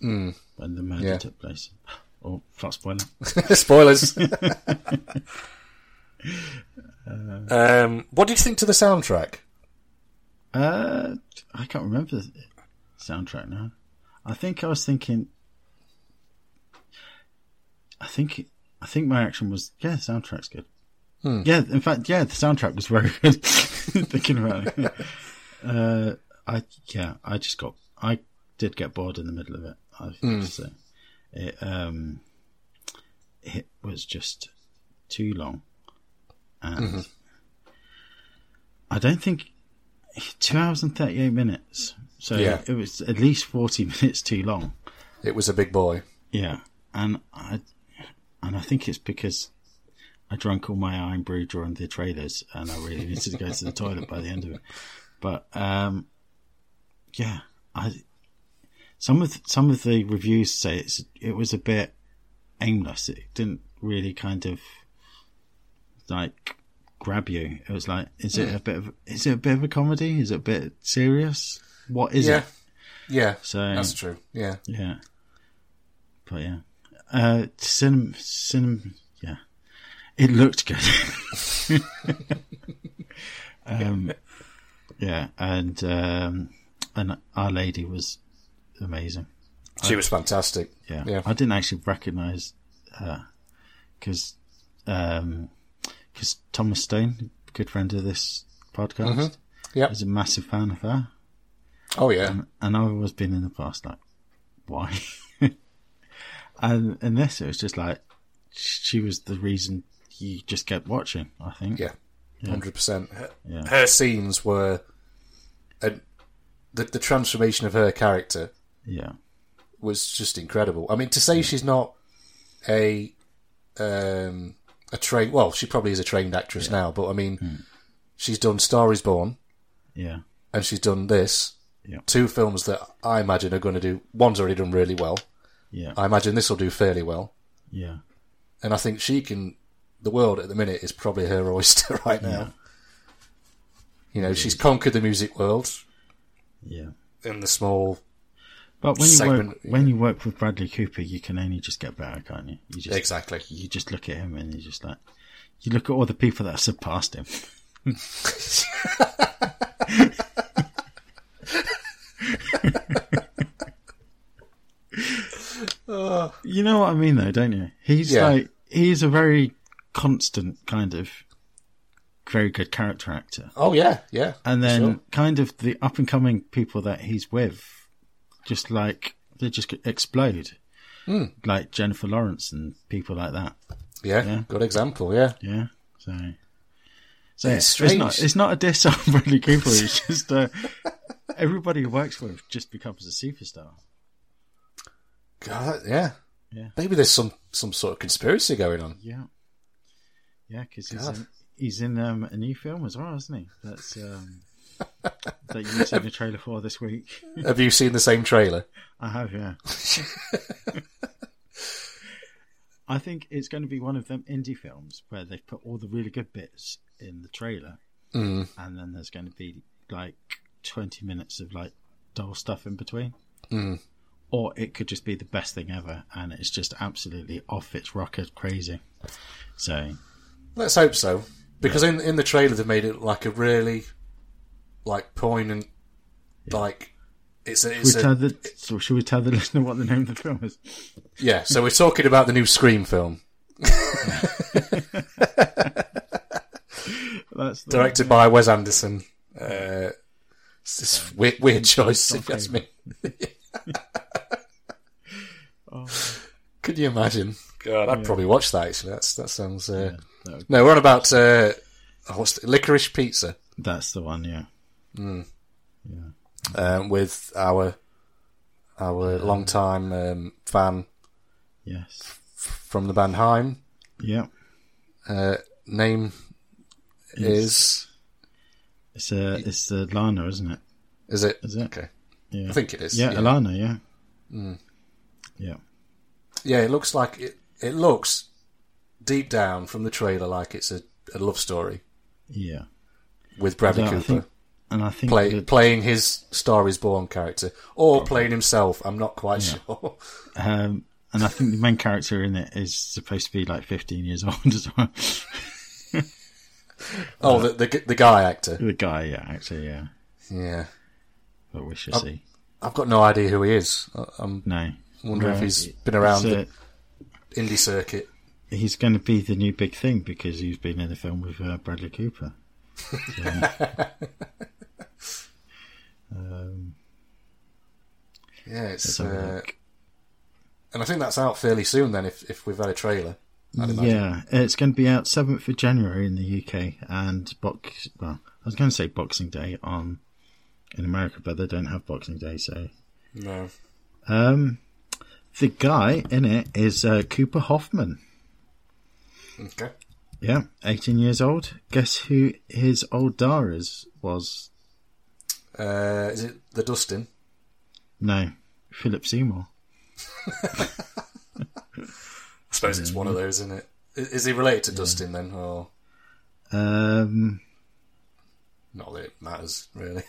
when the murder Yeah. took place. Oh, flat spoiler. Spoilers. um, what did you think to the soundtrack? Uh, I can't remember the soundtrack now. I think I was thinking. I think I think my action was yeah. The soundtrack's good. Yeah, in fact, yeah, the soundtrack was very good. thinking about it, uh, I yeah, I just got I did get bored in the middle of it. I have to say, it um, it was just too long, and I don't think two hours and 38 minutes. So Yeah. it was at least 40 minutes too long. It was a big boy. Yeah. And I, and I think it's because I drank all my iron brew during the trailers and I really needed to go to the toilet by the end of it. But, um, yeah, I, some of, some of the reviews say it's, it was a bit aimless. It didn't really kind of like grab you. It was like, is Hmm. it a bit of, is it a bit of a comedy? Is it a bit serious? What is yeah. it? Yeah. So- that's true. Yeah. Yeah. But yeah. Uh cinema cinema yeah. It looked good. um yeah, and um and our lady was amazing. She was fantastic. Yeah. Yeah. I didn't actually recognize her cuz um cuz Thomas Stone, good friend of this podcast, Yep. is a massive fan of her. Oh, yeah. and I've always been in the past like, why? and and this, it was just like she was the reason you just kept watching. I think. Yeah. 100%. Her, Yeah. her scenes were. And the, the transformation of her character Yeah. was just incredible. I mean, to say she's not a um, a trained well, she probably is a trained actress now, but I mean, Hmm. she's done Star Is Born Yeah. and she's done this. Yeah. Two films that I imagine are going to do. One's already done really well. Yeah. I imagine this will do fairly well, Yeah. and I think she can. The world at the minute is probably her oyster right now. You know, she's conquered the music world Yeah. in the small But when you work Segment- when you work with Bradley Cooper, you can only just get better, can't you? You just exactly. you just look at him and you just like you look at all the people that have surpassed him. you know what I mean though, don't you? He's Yeah. like he's a very constant kind of very good character actor. Oh yeah, yeah. And then Sure. kind of the up and coming people that he's with just like they just explode. Hmm. Like Jennifer Lawrence and people like that. yeah, good example. Yeah, Yeah. So, so It's it's, it's not strange. it's not a diss on Bradley Cooper. It's just uh, everybody who works with just becomes a superstar. God, yeah. Yeah. Maybe there's some some sort of conspiracy going on. Yeah. Yeah, because he's God. in, he's in um, a new film as well, isn't he? That's um, that you've seen the trailer for this week. Have you seen the same trailer? I have, yeah. I think it's going to be one of them indie films where they've put all the really good bits in the trailer, Mm. and then there's going to be like 20 minutes of like dull stuff in between. Mm. Or it could just be the best thing ever, and it's just absolutely off its rocker crazy. So, Let's hope so, because in in the trailer they made it like a really like poignant, like it's a, we it's tell a the, so should we tell the listener what the name of the film is? yeah. So we're talking about the new Scream film That's the, directed by Wes Anderson. Uh, it's this weird, weird choice, if you ask me. Could you imagine? God, I'd probably watch that. Actually, that's that sounds. Uh, that would- No, we're on about uh, oh, what's the, licorice pizza. That's the one, yeah. um, with our our longtime um, fan Yes. from the band Heim. Yeah. Uh, name is It's uh, it's the Lana, isn't it? is it? Is it? Okay, Yeah. I think it is. Hmm. yeah, Alana, yeah. Yeah. Yeah, it looks like it. It looks deep down from the trailer like it's a, a love story Yeah. with Bradley No, I Cooper think- And I think play, that, playing his Star Is Born character or playing himself. I'm not quite sure. um, and I think the main character in it is supposed to be like 15 years old as well. oh, the, the the guy actor. the guy, yeah, actually, yeah. Yeah, But we Oh. shall see. I've got no idea who he is. I- I'm No. wondering if No, he's it- been around it's, uh, the indie circuit. he's going to be the new big thing because he's been in the film with uh, Bradley Cooper. So- um, Yeah, it's let's have a uh, look. and I think that's out fairly soon. Then, if if we've had a trailer, I'd imagine. yeah, it's going to be out seventh of January in the UK and box. Well, I was going to say Boxing Day on in America, but they don't have Boxing Day, so No, um, the guy in it is uh, Cooper Hoffman. okay. Yeah, 18 years old. Guess who his old Dara is- was? Uh, is it the Dustin? No, Philip Seymour. I suppose it's Mm-hmm. one of those, isn't it? I- Is he related to Dustin then, or Um, not that it matters really?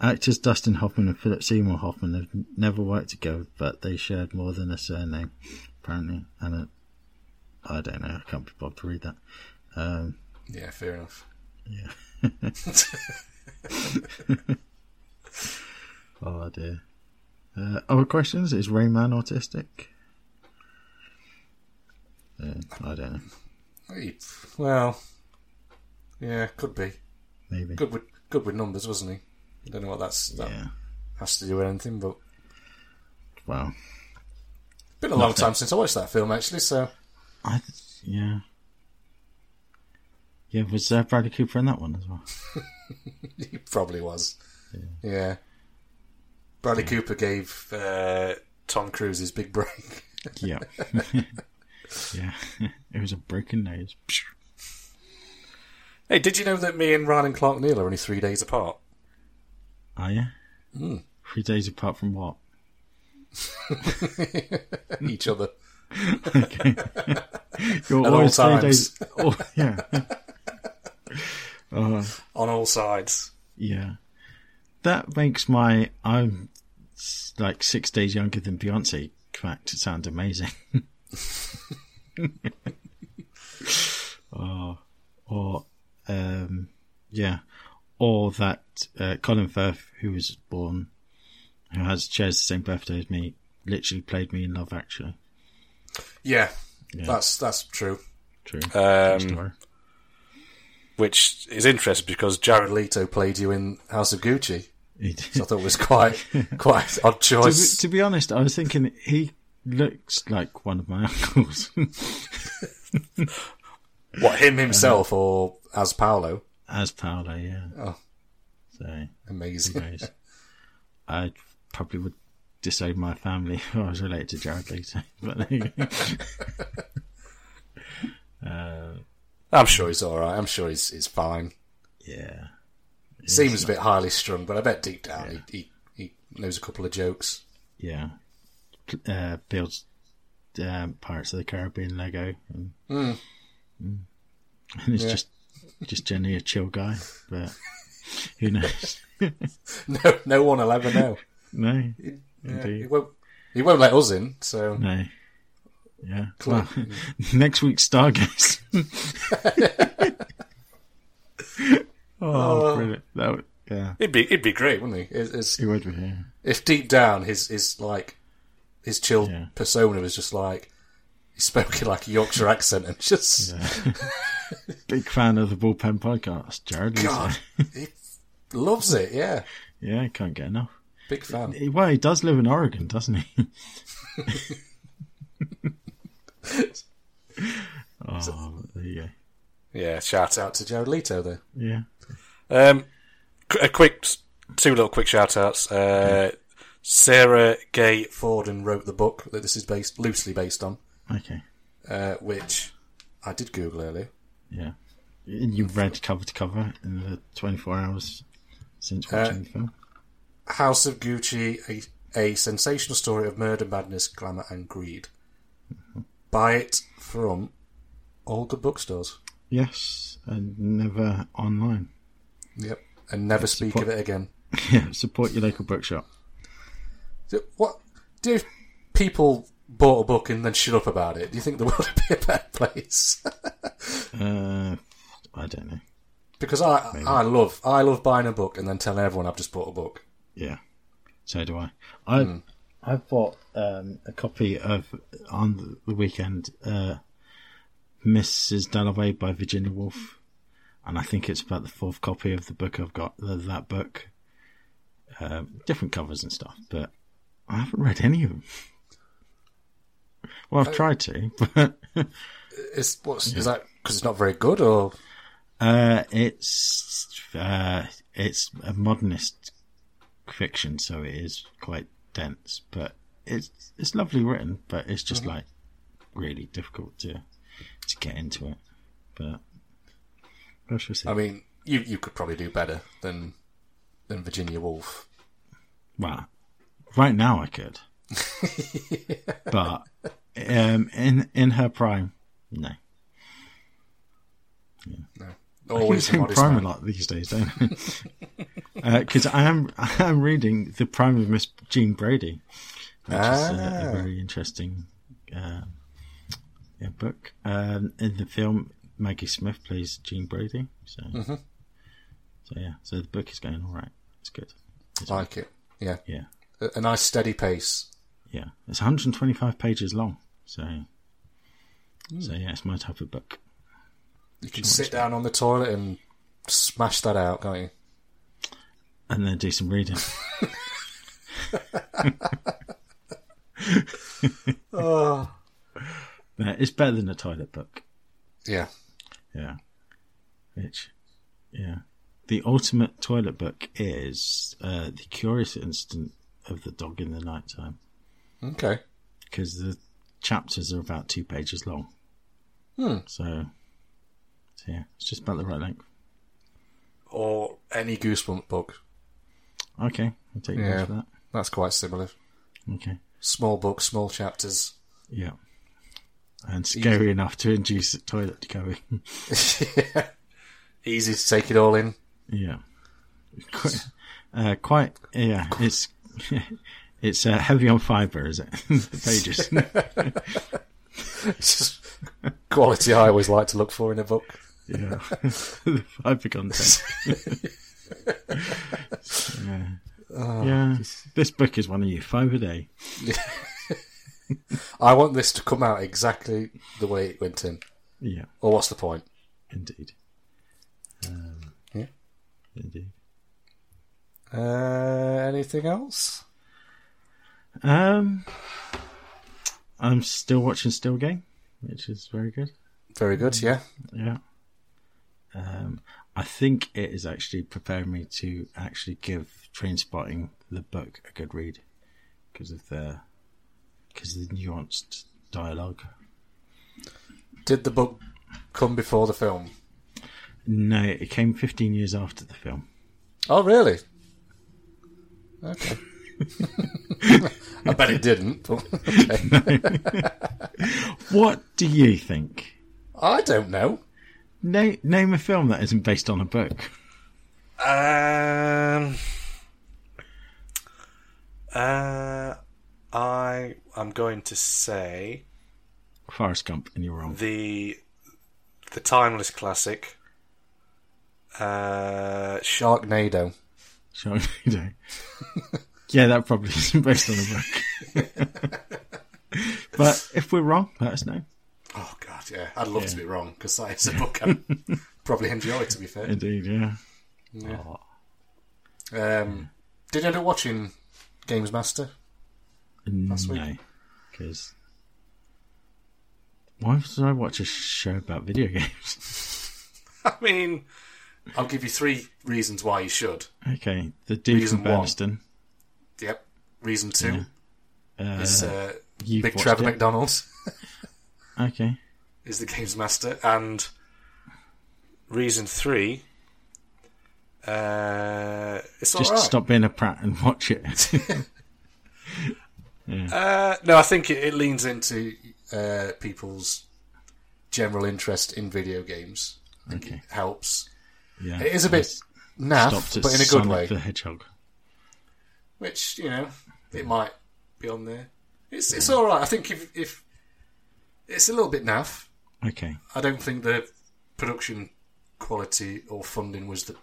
actors Dustin Hoffman and Philip Seymour Hoffman have n- never worked together, but they shared more than a surname, apparently. And a, I don't know, I can't be bothered to read that. Yeah, fair enough. Oh dear. Uh, other questions? Is Rayman autistic? Uh, I don't know. He- Well, yeah, could be. Maybe. Good with good with numbers, wasn't he? I don't know what that's that Yeah. has to do with anything, but Well, been a long time since I watched that film actually. So I th- yeah. Yeah, was uh, Bradley Cooper in that one as well? he probably was. Yeah. Bradley Cooper gave uh, Tom Cruise his big break. Yeah. yeah. it was a broken nose. hey, did you know that me and Ryan and Clark Neal are only three days apart? Are you? Oh, Hmm. Three days apart from what? Each other. You're At all always three times. days. Oh, yeah. Uh, On all sides. yeah. That makes my I'm s- like six days younger than Beyonce fact sound amazing. oh, or um, yeah, or that uh, Colin Firth, who was born, who has shares the same birthday as me, literally played me in Love Actually. Yeah. That's that's true. True. Um, Story. which is interesting because Jared Leto played you in House of Gucci. He did. I thought it was quite quite an odd to, be, choice. to be honest, I was thinking he looks like one of my uncles What him Uh-huh. himself or as Paolo? as Paolo, yeah. Oh. So, Amazing. anyways, I probably would disown my family if I was related to Jared Leto. But there you go. I'm sure he's all right. I'm sure he's he's fine. yeah, Seems a bit highly strung, but I bet deep down he, he he knows a couple of jokes. yeah. Uh, builds um, Pirates of the Caribbean Lego, and, Mm. and it's just just generally a chill guy. But who knows? No, no one will ever know. no, Yeah, Indeed. he won't. He won't let us in. So No. Yeah. Well, next week's Stargaze. oh, brilliant. That would, yeah. it'd be it'd be great, wouldn't he? It's, it's, It would be, yeah. if deep down his his like his chill Yeah. persona was just like he spoke in like a Yorkshire accent and just Big fan of the Bullpen podcast, Jared. Leto. God, he loves it. Yeah, Yeah, can't get enough. big fan. He- Well, he does live in Oregon, doesn't he? oh, there you go. Yeah, shout out to Jared Leto there. Yeah. Um, qu- a quick, two little quick shout outs. Uh, Sarah Gay Forden wrote the book that this is based loosely based on, Okay. uh, which I did Google earlier. Yeah. And you read cover to cover in the 24 hours since watching the film? House of Gucci, a, a sensational story of murder, madness, glamour, and greed. buy it from all good bookstores. Yes, and never online. Yep. And never speak of it again. Yeah, support your local bookshop. So What do you- if people bought a book and then shut up about it? Do you think the world would be a better place? Uh, I don't know. because I I love I love buying a book and then telling everyone I've just bought a book. Yeah, so do I. I I bought um, a copy of on the weekend uh, Mrs. Dalloway by Virginia Woolf, and I think it's about the fourth copy of the book I've got of that book. Um, different covers and stuff, but I haven't read any of them. Well, I've tried to, but Is what's is that because it's not very good or Uh, it's uh, it's a modernist fiction, so it is quite dense, but it's it's lovely written, but it's just like really difficult to to get into it. But Uh, I shall see. I mean you you could probably do better than than Virginia Woolf. well, right now I could, but um, in in her prime, no. Always I the keep saying modest prime man. a lot these days, don't I? Because I am I am reading the Prime of Miss Jean Brady, which is a, Ah. a very interesting uh, yeah, book. Um, in the film, Maggie Smith plays Jean Brady, so Mm-hmm. so yeah, so the book is going all right. It's good. like it. Yeah, Yeah, a, a nice steady pace. yeah. It's 125 pages long, so so Hmm. yeah, it's my type of book. You can sit down on the toilet and smash that out, can't you? and then do some reading. Yeah, It's better than a toilet book. Yeah. Yeah. Which, yeah. The ultimate toilet book is uh, The Curious Incident of the Dog in the Nighttime Okay. because the chapters are about two pages long. So, so, yeah, it's just about the right length. Or any Goosebump book. Okay, I'll take you Yeah. for that. That's quite similar. Okay. Small books, small chapters. Yeah. And scary enough to induce a toilet to go in. Easy to take it all in. Yeah, quite, uh, quite. Yeah, it's it's uh, heavy on fibre, is it? the pages. It's just quality I always like to look for in a book. yeah, the fibre content. yeah. yeah, Ah, this book is one of you five a day. I want this to come out exactly the way it went in. Yeah, Or what's the point? indeed. Um, Yeah. indeed. Uh, anything else? Um, I'm still watching Still Game, which is very good. Very good, yeah. Yeah. Um, I think it is actually preparing me to actually give Train Spotting the book a good read because of the because of the nuanced dialogue. Did the book come before the film? No, it came 15 years after the film. Oh, really? Okay. I bet it didn't. But okay. What do you think? I don't know. Name, name a film that isn't based on a book. Um, uh, I am going to say Forrest Gump, and you're wrong. the the timeless classic, uh, Sharknado. Sharknado. yeah, that probably isn't based on a book. but if we're wrong, let us know. Oh God, yeah, I'd love to be wrong because that is a book I probably enjoy. To be fair, Indeed, yeah. Oh. um, did you end up watching Games Master? week? No, because why should I watch a show about video games? I mean, I'll give you three reasons why you should. okay, the dude Reason from one. Burniston. Yep. Reason two Uh, is uh, you've Big watched Trevor it. McDonald. Okay, is the games master, and reason three. Uh, it's just all right. stop being a prat and watch it. Uh, no, I think it, it leans into. uh, people's general interest in video games. Okay. Helps. Yeah. It is a bit Stopped naff, at but in a good Sonic way. the Hedgehog. which you know it might be on there. It's it's all right. I think if if it's a little bit naff. Okay. I don't think the production quality or funding was the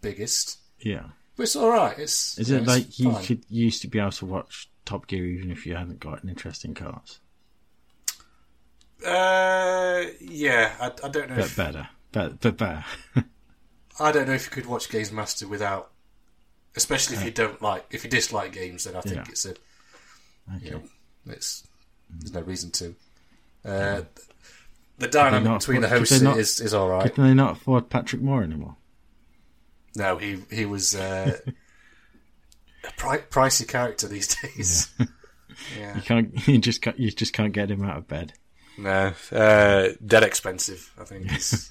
biggest, Yeah. but it's all right. It's Is you it know, it's like you fine. could you used to be able to watch Top Gear even if you hadn't got an interest in cars? Uh, yeah, I, I don't know. But If, better. But but better. I don't know if you could watch Games Master without, especially if you don't like if you dislike games. Then I think Yeah. Mm. it's a Okay. you know, it's there's no reason to. Uh, the dynamic not between the afford- could they hosts not- is is all right. Could they not afford Patrick Moore anymore? No, he he was uh, a pri- pricey character these days. Yeah, You can't you just can't you just can't get him out of bed. no, uh, dead expensive. I think. is-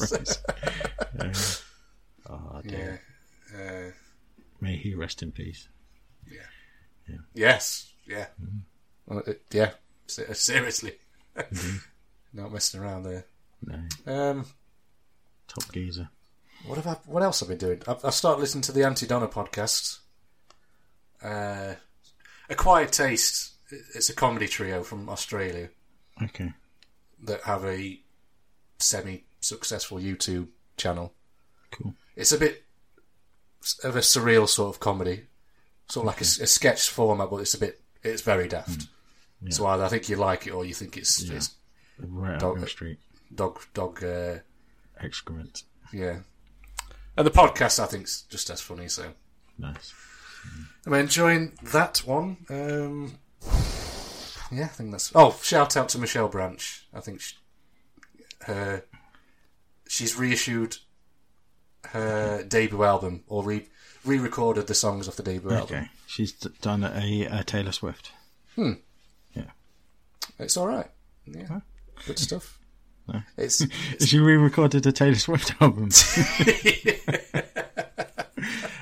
Right. Yeah. oh yeah. dear. Uh, May he rest in peace. yes. Yeah. Well, it- yeah. Se- uh, Seriously. Not messing around there. No. Um, Top geezer. what have I? What else have I been doing? I've, I've started listening to the Anti Donna podcast. Uh, Acquired Taste. It- It's a comedy trio from Australia. Okay. that have a semi successful YouTube channel. Cool. It's a bit of a surreal sort of comedy, sort of like a s- a, sketch format, but it's a bit, it's very daft. So either I think you like it or you think it's, it's Right Dog- up your street. dog, dog, uh, Excrement. yeah. And the podcast I think's just as funny, so Nice. I'm enjoying that one. Um, yeah, I think that's. Oh, shout out to Michelle Branch. I think she, her she's reissued her debut album or re re-recorded the songs off the debut album. Okay. She's d- done a, a Taylor Swift. It's all right. Yeah, good stuff. No. It's She re-recorded a Taylor Swift album.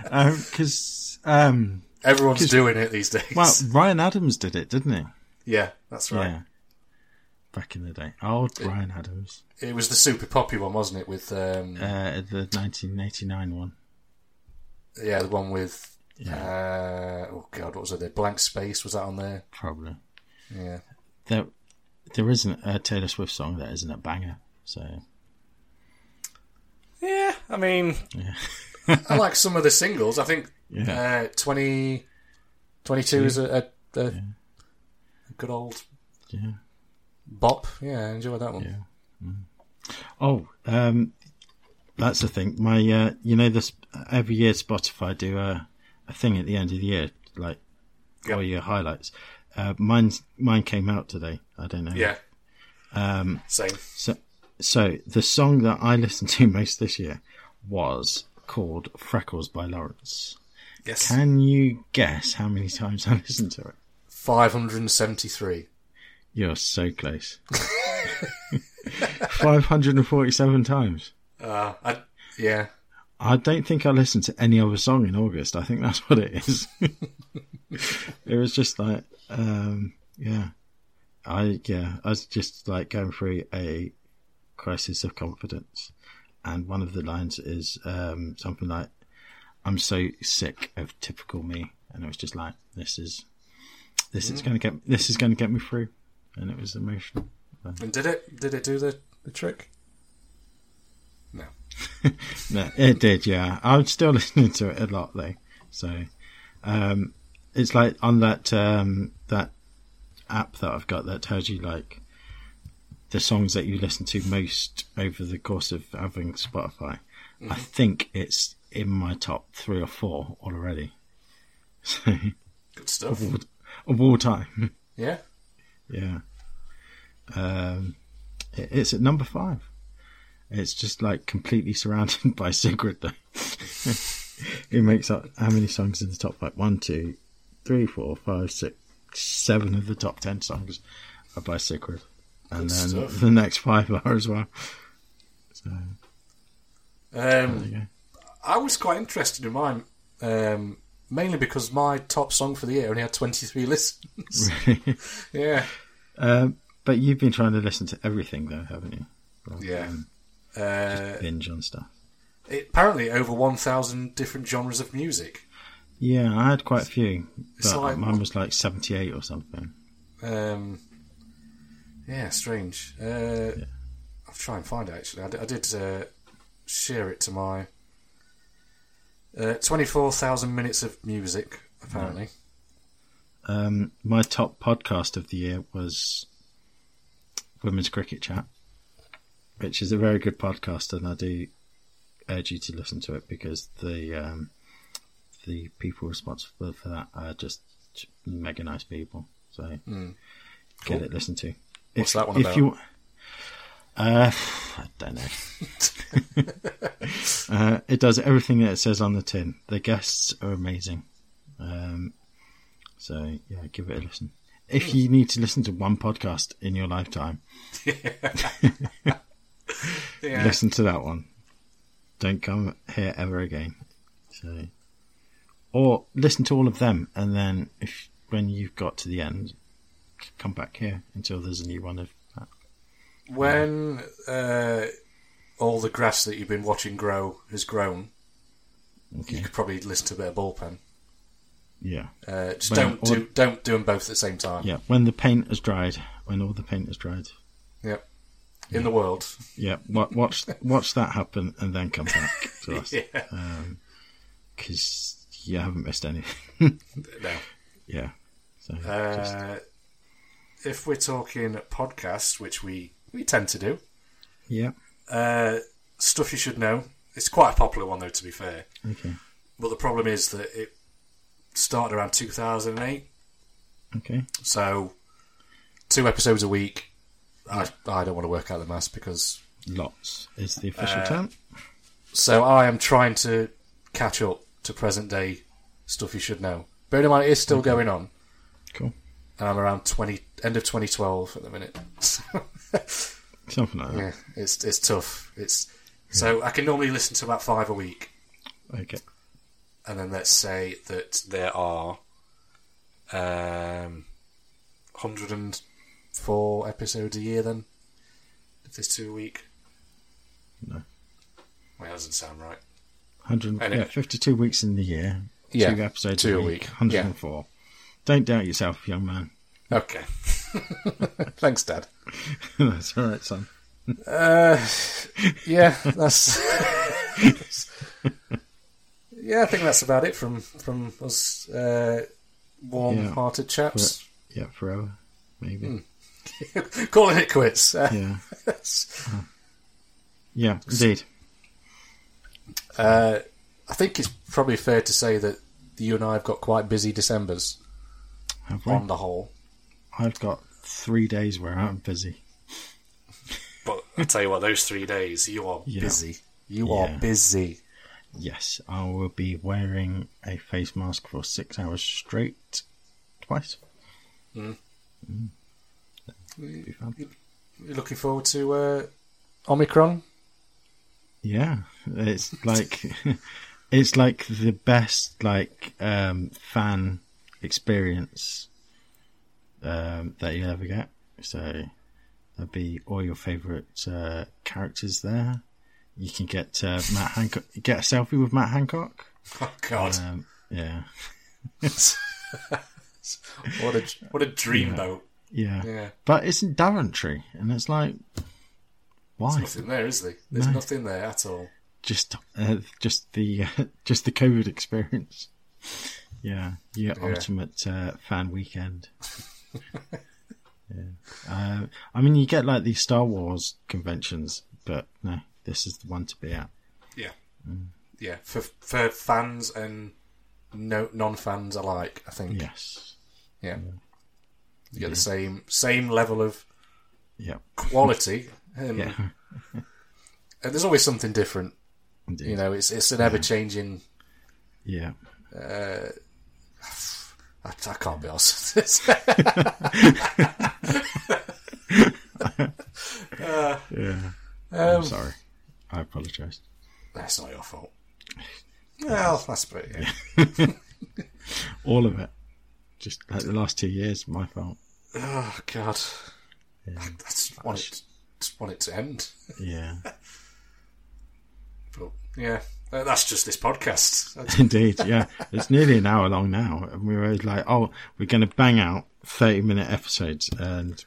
Because um, everyone's doing it these days. well, Ryan Adams did it, didn't he? yeah, that's right. Yeah. Back in the day, old Ryan Adams, It was the super popular one, wasn't it? With um, uh, the 1989 one. yeah, the one with Yeah, uh, oh god, what was it? The blank space was that on there? probably. Yeah. There, there isn't a Taylor Swift song that isn't a banger. So Yeah, I mean, I like some of the singles. I think yeah, uh, 20, 22 is a, a, a good old yeah. bop. Yeah, I enjoyed that one. Yeah. Oh, um, that's the thing. My, uh, you know, this every year Spotify do a, a thing at the end of the year, like Yep. all your highlights. Uh, mine's mine came out today. I don't know. Yeah. Um, Same. So, so the song that I listened to most this year was called "Freckles" by Lawrence. Yes. Can you guess how many times I listened to it? 573. You're so close. Five hundred and forty-seven times. Uh, I, yeah. I don't think I listened to any other song in August. I think that's what it is. it was just like, um, yeah, I yeah, I was just like going through a crisis of confidence, and one of the lines is um, something like, "I'm so sick of typical me," and it was just like, "This is, this is going to get, this is going to get me through," and it was emotional. And did it? Did it do the, the trick? No. No, it did, yeah. I'm still listening to it a lot though. So um it's like on that um that app that I've got that tells you like the songs that you listen to most over the course of having Spotify. I think it's in my top three or four already. So Good stuff. of all time. Yeah. Yeah. Um it, it's at number five. It's just like completely surrounded by Sigrid though. Who makes up how many songs in the top like one, two, three, four, five, six, seven of the top ten songs are by Sigrid. And Good then stuff. the next five are as well. So there Um, you go. I was quite interested in mine, um, mainly because my top song for the year only had 23 listens. yeah. Um, but you've been trying to listen to everything, though, haven't you? Rather Yeah. than Uh, Binge on stuff. it, apparently, over 1,000 different genres of music. Yeah, I had quite a few, It's but like- mine was like seventy-eight or something. Um, yeah, strange. Uh, I'll try and find it, actually. I, d- I did uh, share it to my. Uh, 24,000 minutes of music, apparently. Um, my top podcast of the year was Women's Cricket Chat, which is a very good podcast, and I do urge you to listen to it because the um, the people responsible for that are just mega nice people. So get it listened to. Hmm. What's If- that one if about? You, uh, I don't know. Uh, it does everything that it says on the tin. The guests are amazing. Um, so, yeah, give it a listen. If you need to listen to one podcast in your lifetime, Yeah. listen to that one. Don't come here ever again. So, or listen to all of them, and then if when you've got to the end, c- come back here until there's a new one of that. When uh, all the grass that you've been watching grow has grown, you Okay. could probably listen to a bit of bullpen. Yeah. Uh, just When- don't do don't do them both at the same time. Yeah. When the paint has dried, when all the paint has dried. Yep. In the world, Yeah, wa- watch watch that happen and then come back to us yeah, because you haven't missed anything. no. yeah, so just- Uh, if we're talking podcasts, which we we tend to do, yeah, uh, stuff you should know. It's quite a popular one, though. To be fair, okay, but the problem is that it started around 2008, okay, so two episodes a week. I I don't want to work out the maths because lots is the official uh, term. So I am trying to catch up to present day stuff you should know. Bear in mind, it's still going on, Cool, and I'm around twenty end of 2012 at the minute. So, something like that. yeah, it's it's tough. It's so I can normally listen to about five a week, Okay, and then let's say that there are um, 104 episodes a year. Then if there's two a week, No. well, that doesn't sound right. hundred And yeah, it- fifty-two weeks in the year, Yeah, two episodes two a a week, week. hundred and four. Don't doubt yourself, young man. Okay, Oh. thanks, Dad. That's all right, son. Uh, yeah, that's. yeah, I think that's about it from from us uh, warm-hearted chaps. Yeah, forever, maybe. Hmm. Calling it quits. Uh, Yeah, yeah, indeed. uh, I think it's probably fair to say that you and I have got quite busy December's Have we? on the whole. I've got three days where I'm busy. But I tell you what, those three days you are Yeah. busy. You Yeah. are busy. Yes, I will be wearing a face mask for six hours straight, twice. Be fun. You're looking forward to uh, Omicron. Yeah, it's like it's like the best like um, fan experience um, that you'll ever get. So there'll be all your favourite uh, characters there. You can get uh, Matt Hancock, get a selfie with Matt Hancock. Oh God, Um, yeah, what a what a dreamboat. yeah. yeah. But it's in Daventry, and it's like, why? nothing there, is there? There's nothing there at all. Just, uh, just the, just the COVID experience. Yeah, your Yeah. ultimate uh, fan weekend. yeah, uh, I mean, you get like these Star Wars conventions, but no, this is the one to be at. Yeah, Mm. yeah. For for fans and no non fans alike, I think. Yes. yeah. You get the same same level of Yeah. quality, um, Yeah. and there's always something different. Indeed. You know, it's it's an ever changing. Yeah. I, I can't be honest. It's- Yeah. I'm um, sorry. I apologise. that's not your fault. Well, that's pretty. Yeah. All of it. Just like the last two years, my fault. Oh God, Yeah. I just want it, just want it to end. yeah. But yeah, uh, that's just this podcast. That's- Indeed, yeah. It's nearly an hour long now, and we were always like, "Oh, we're going to bang out thirty-minute episodes," and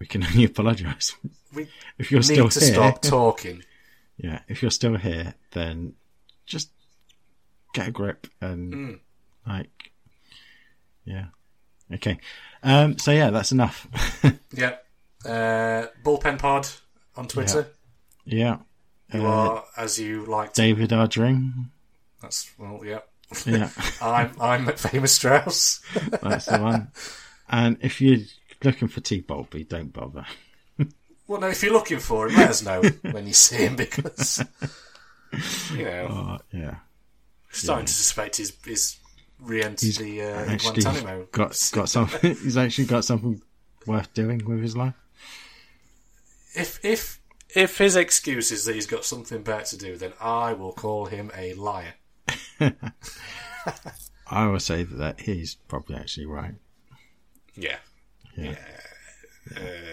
we can only apologise we if you're need still to here. stop talking. Yeah, if you're still here, then just get a grip and Mm. like, yeah, okay. Um, so yeah, that's enough. Yeah, uh, bullpen pod on Twitter. yeah, You Uh, are as you like. To. David Ardring. That's well, yeah. Yeah. I'm I'm famous Strauss. That's the one. And if you're looking for T Bolby, don't bother. Well, no, if you're looking for him, let us know when you see him because you know Uh, yeah. starting to suspect he's, he's re-entered the uh, Actually Guantanamo. got got something he's actually got something worth doing with his life. If if if his excuse is that he's got something better to do, then I will call him a liar. I will say that he's probably actually right. Yeah,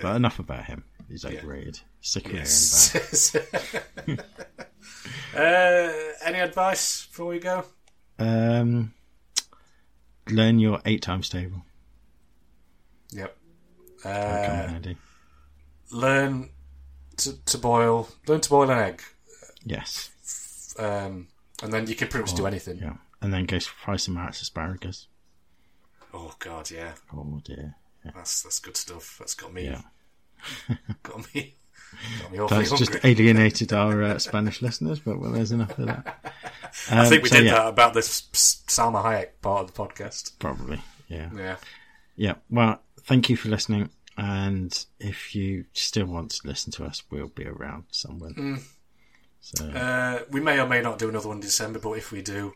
But enough about him. He's overrated. Sick of hearing about uh, any advice before we go? it. Um learn your eight times table. Yep. Come Uh, on, Andy. learn to, to boil. Learn to boil an egg, Yes. um, and then you can pretty much do anything. Oh, Yeah. And then go fry some Marks asparagus. Oh God, yeah, Oh dear. that's that's good stuff. That's got me. Yeah. Got me. Got me awfully That's hungry. just alienated our uh, Spanish listeners, but well, there's enough of that. Um, I think we so, did yeah. that about this Salma Hayek part of the podcast. Probably. Yeah. Yeah. Yeah. Well, thank you for listening. And if you still want to listen to us, we'll be around somewhere. So Hmm. Uh, we may or may not do another one in December, but if we do,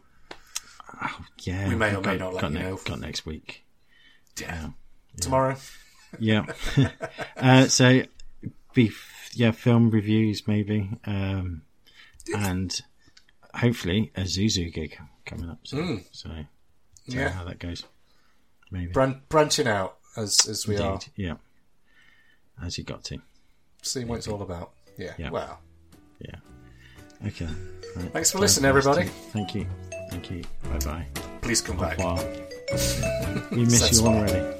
yeah, we may we've or may got- not let got you ne- know. Got next week. yeah, tomorrow. Yeah. uh, so be f- yeah, film reviews maybe, um, and hopefully a Zuzu gig coming up. So so see Hmm. Yeah. how that goes. Maybe Bran- branching out as as we are, indeed. Yeah. As you got to. seeing what it's all about. Yeah. Yeah. Well, Yeah. Okay. Right. Thanks for Bye listening, everybody. Thank you. Thank you. Bye bye. please come back. Wow. We miss That's you fine. already.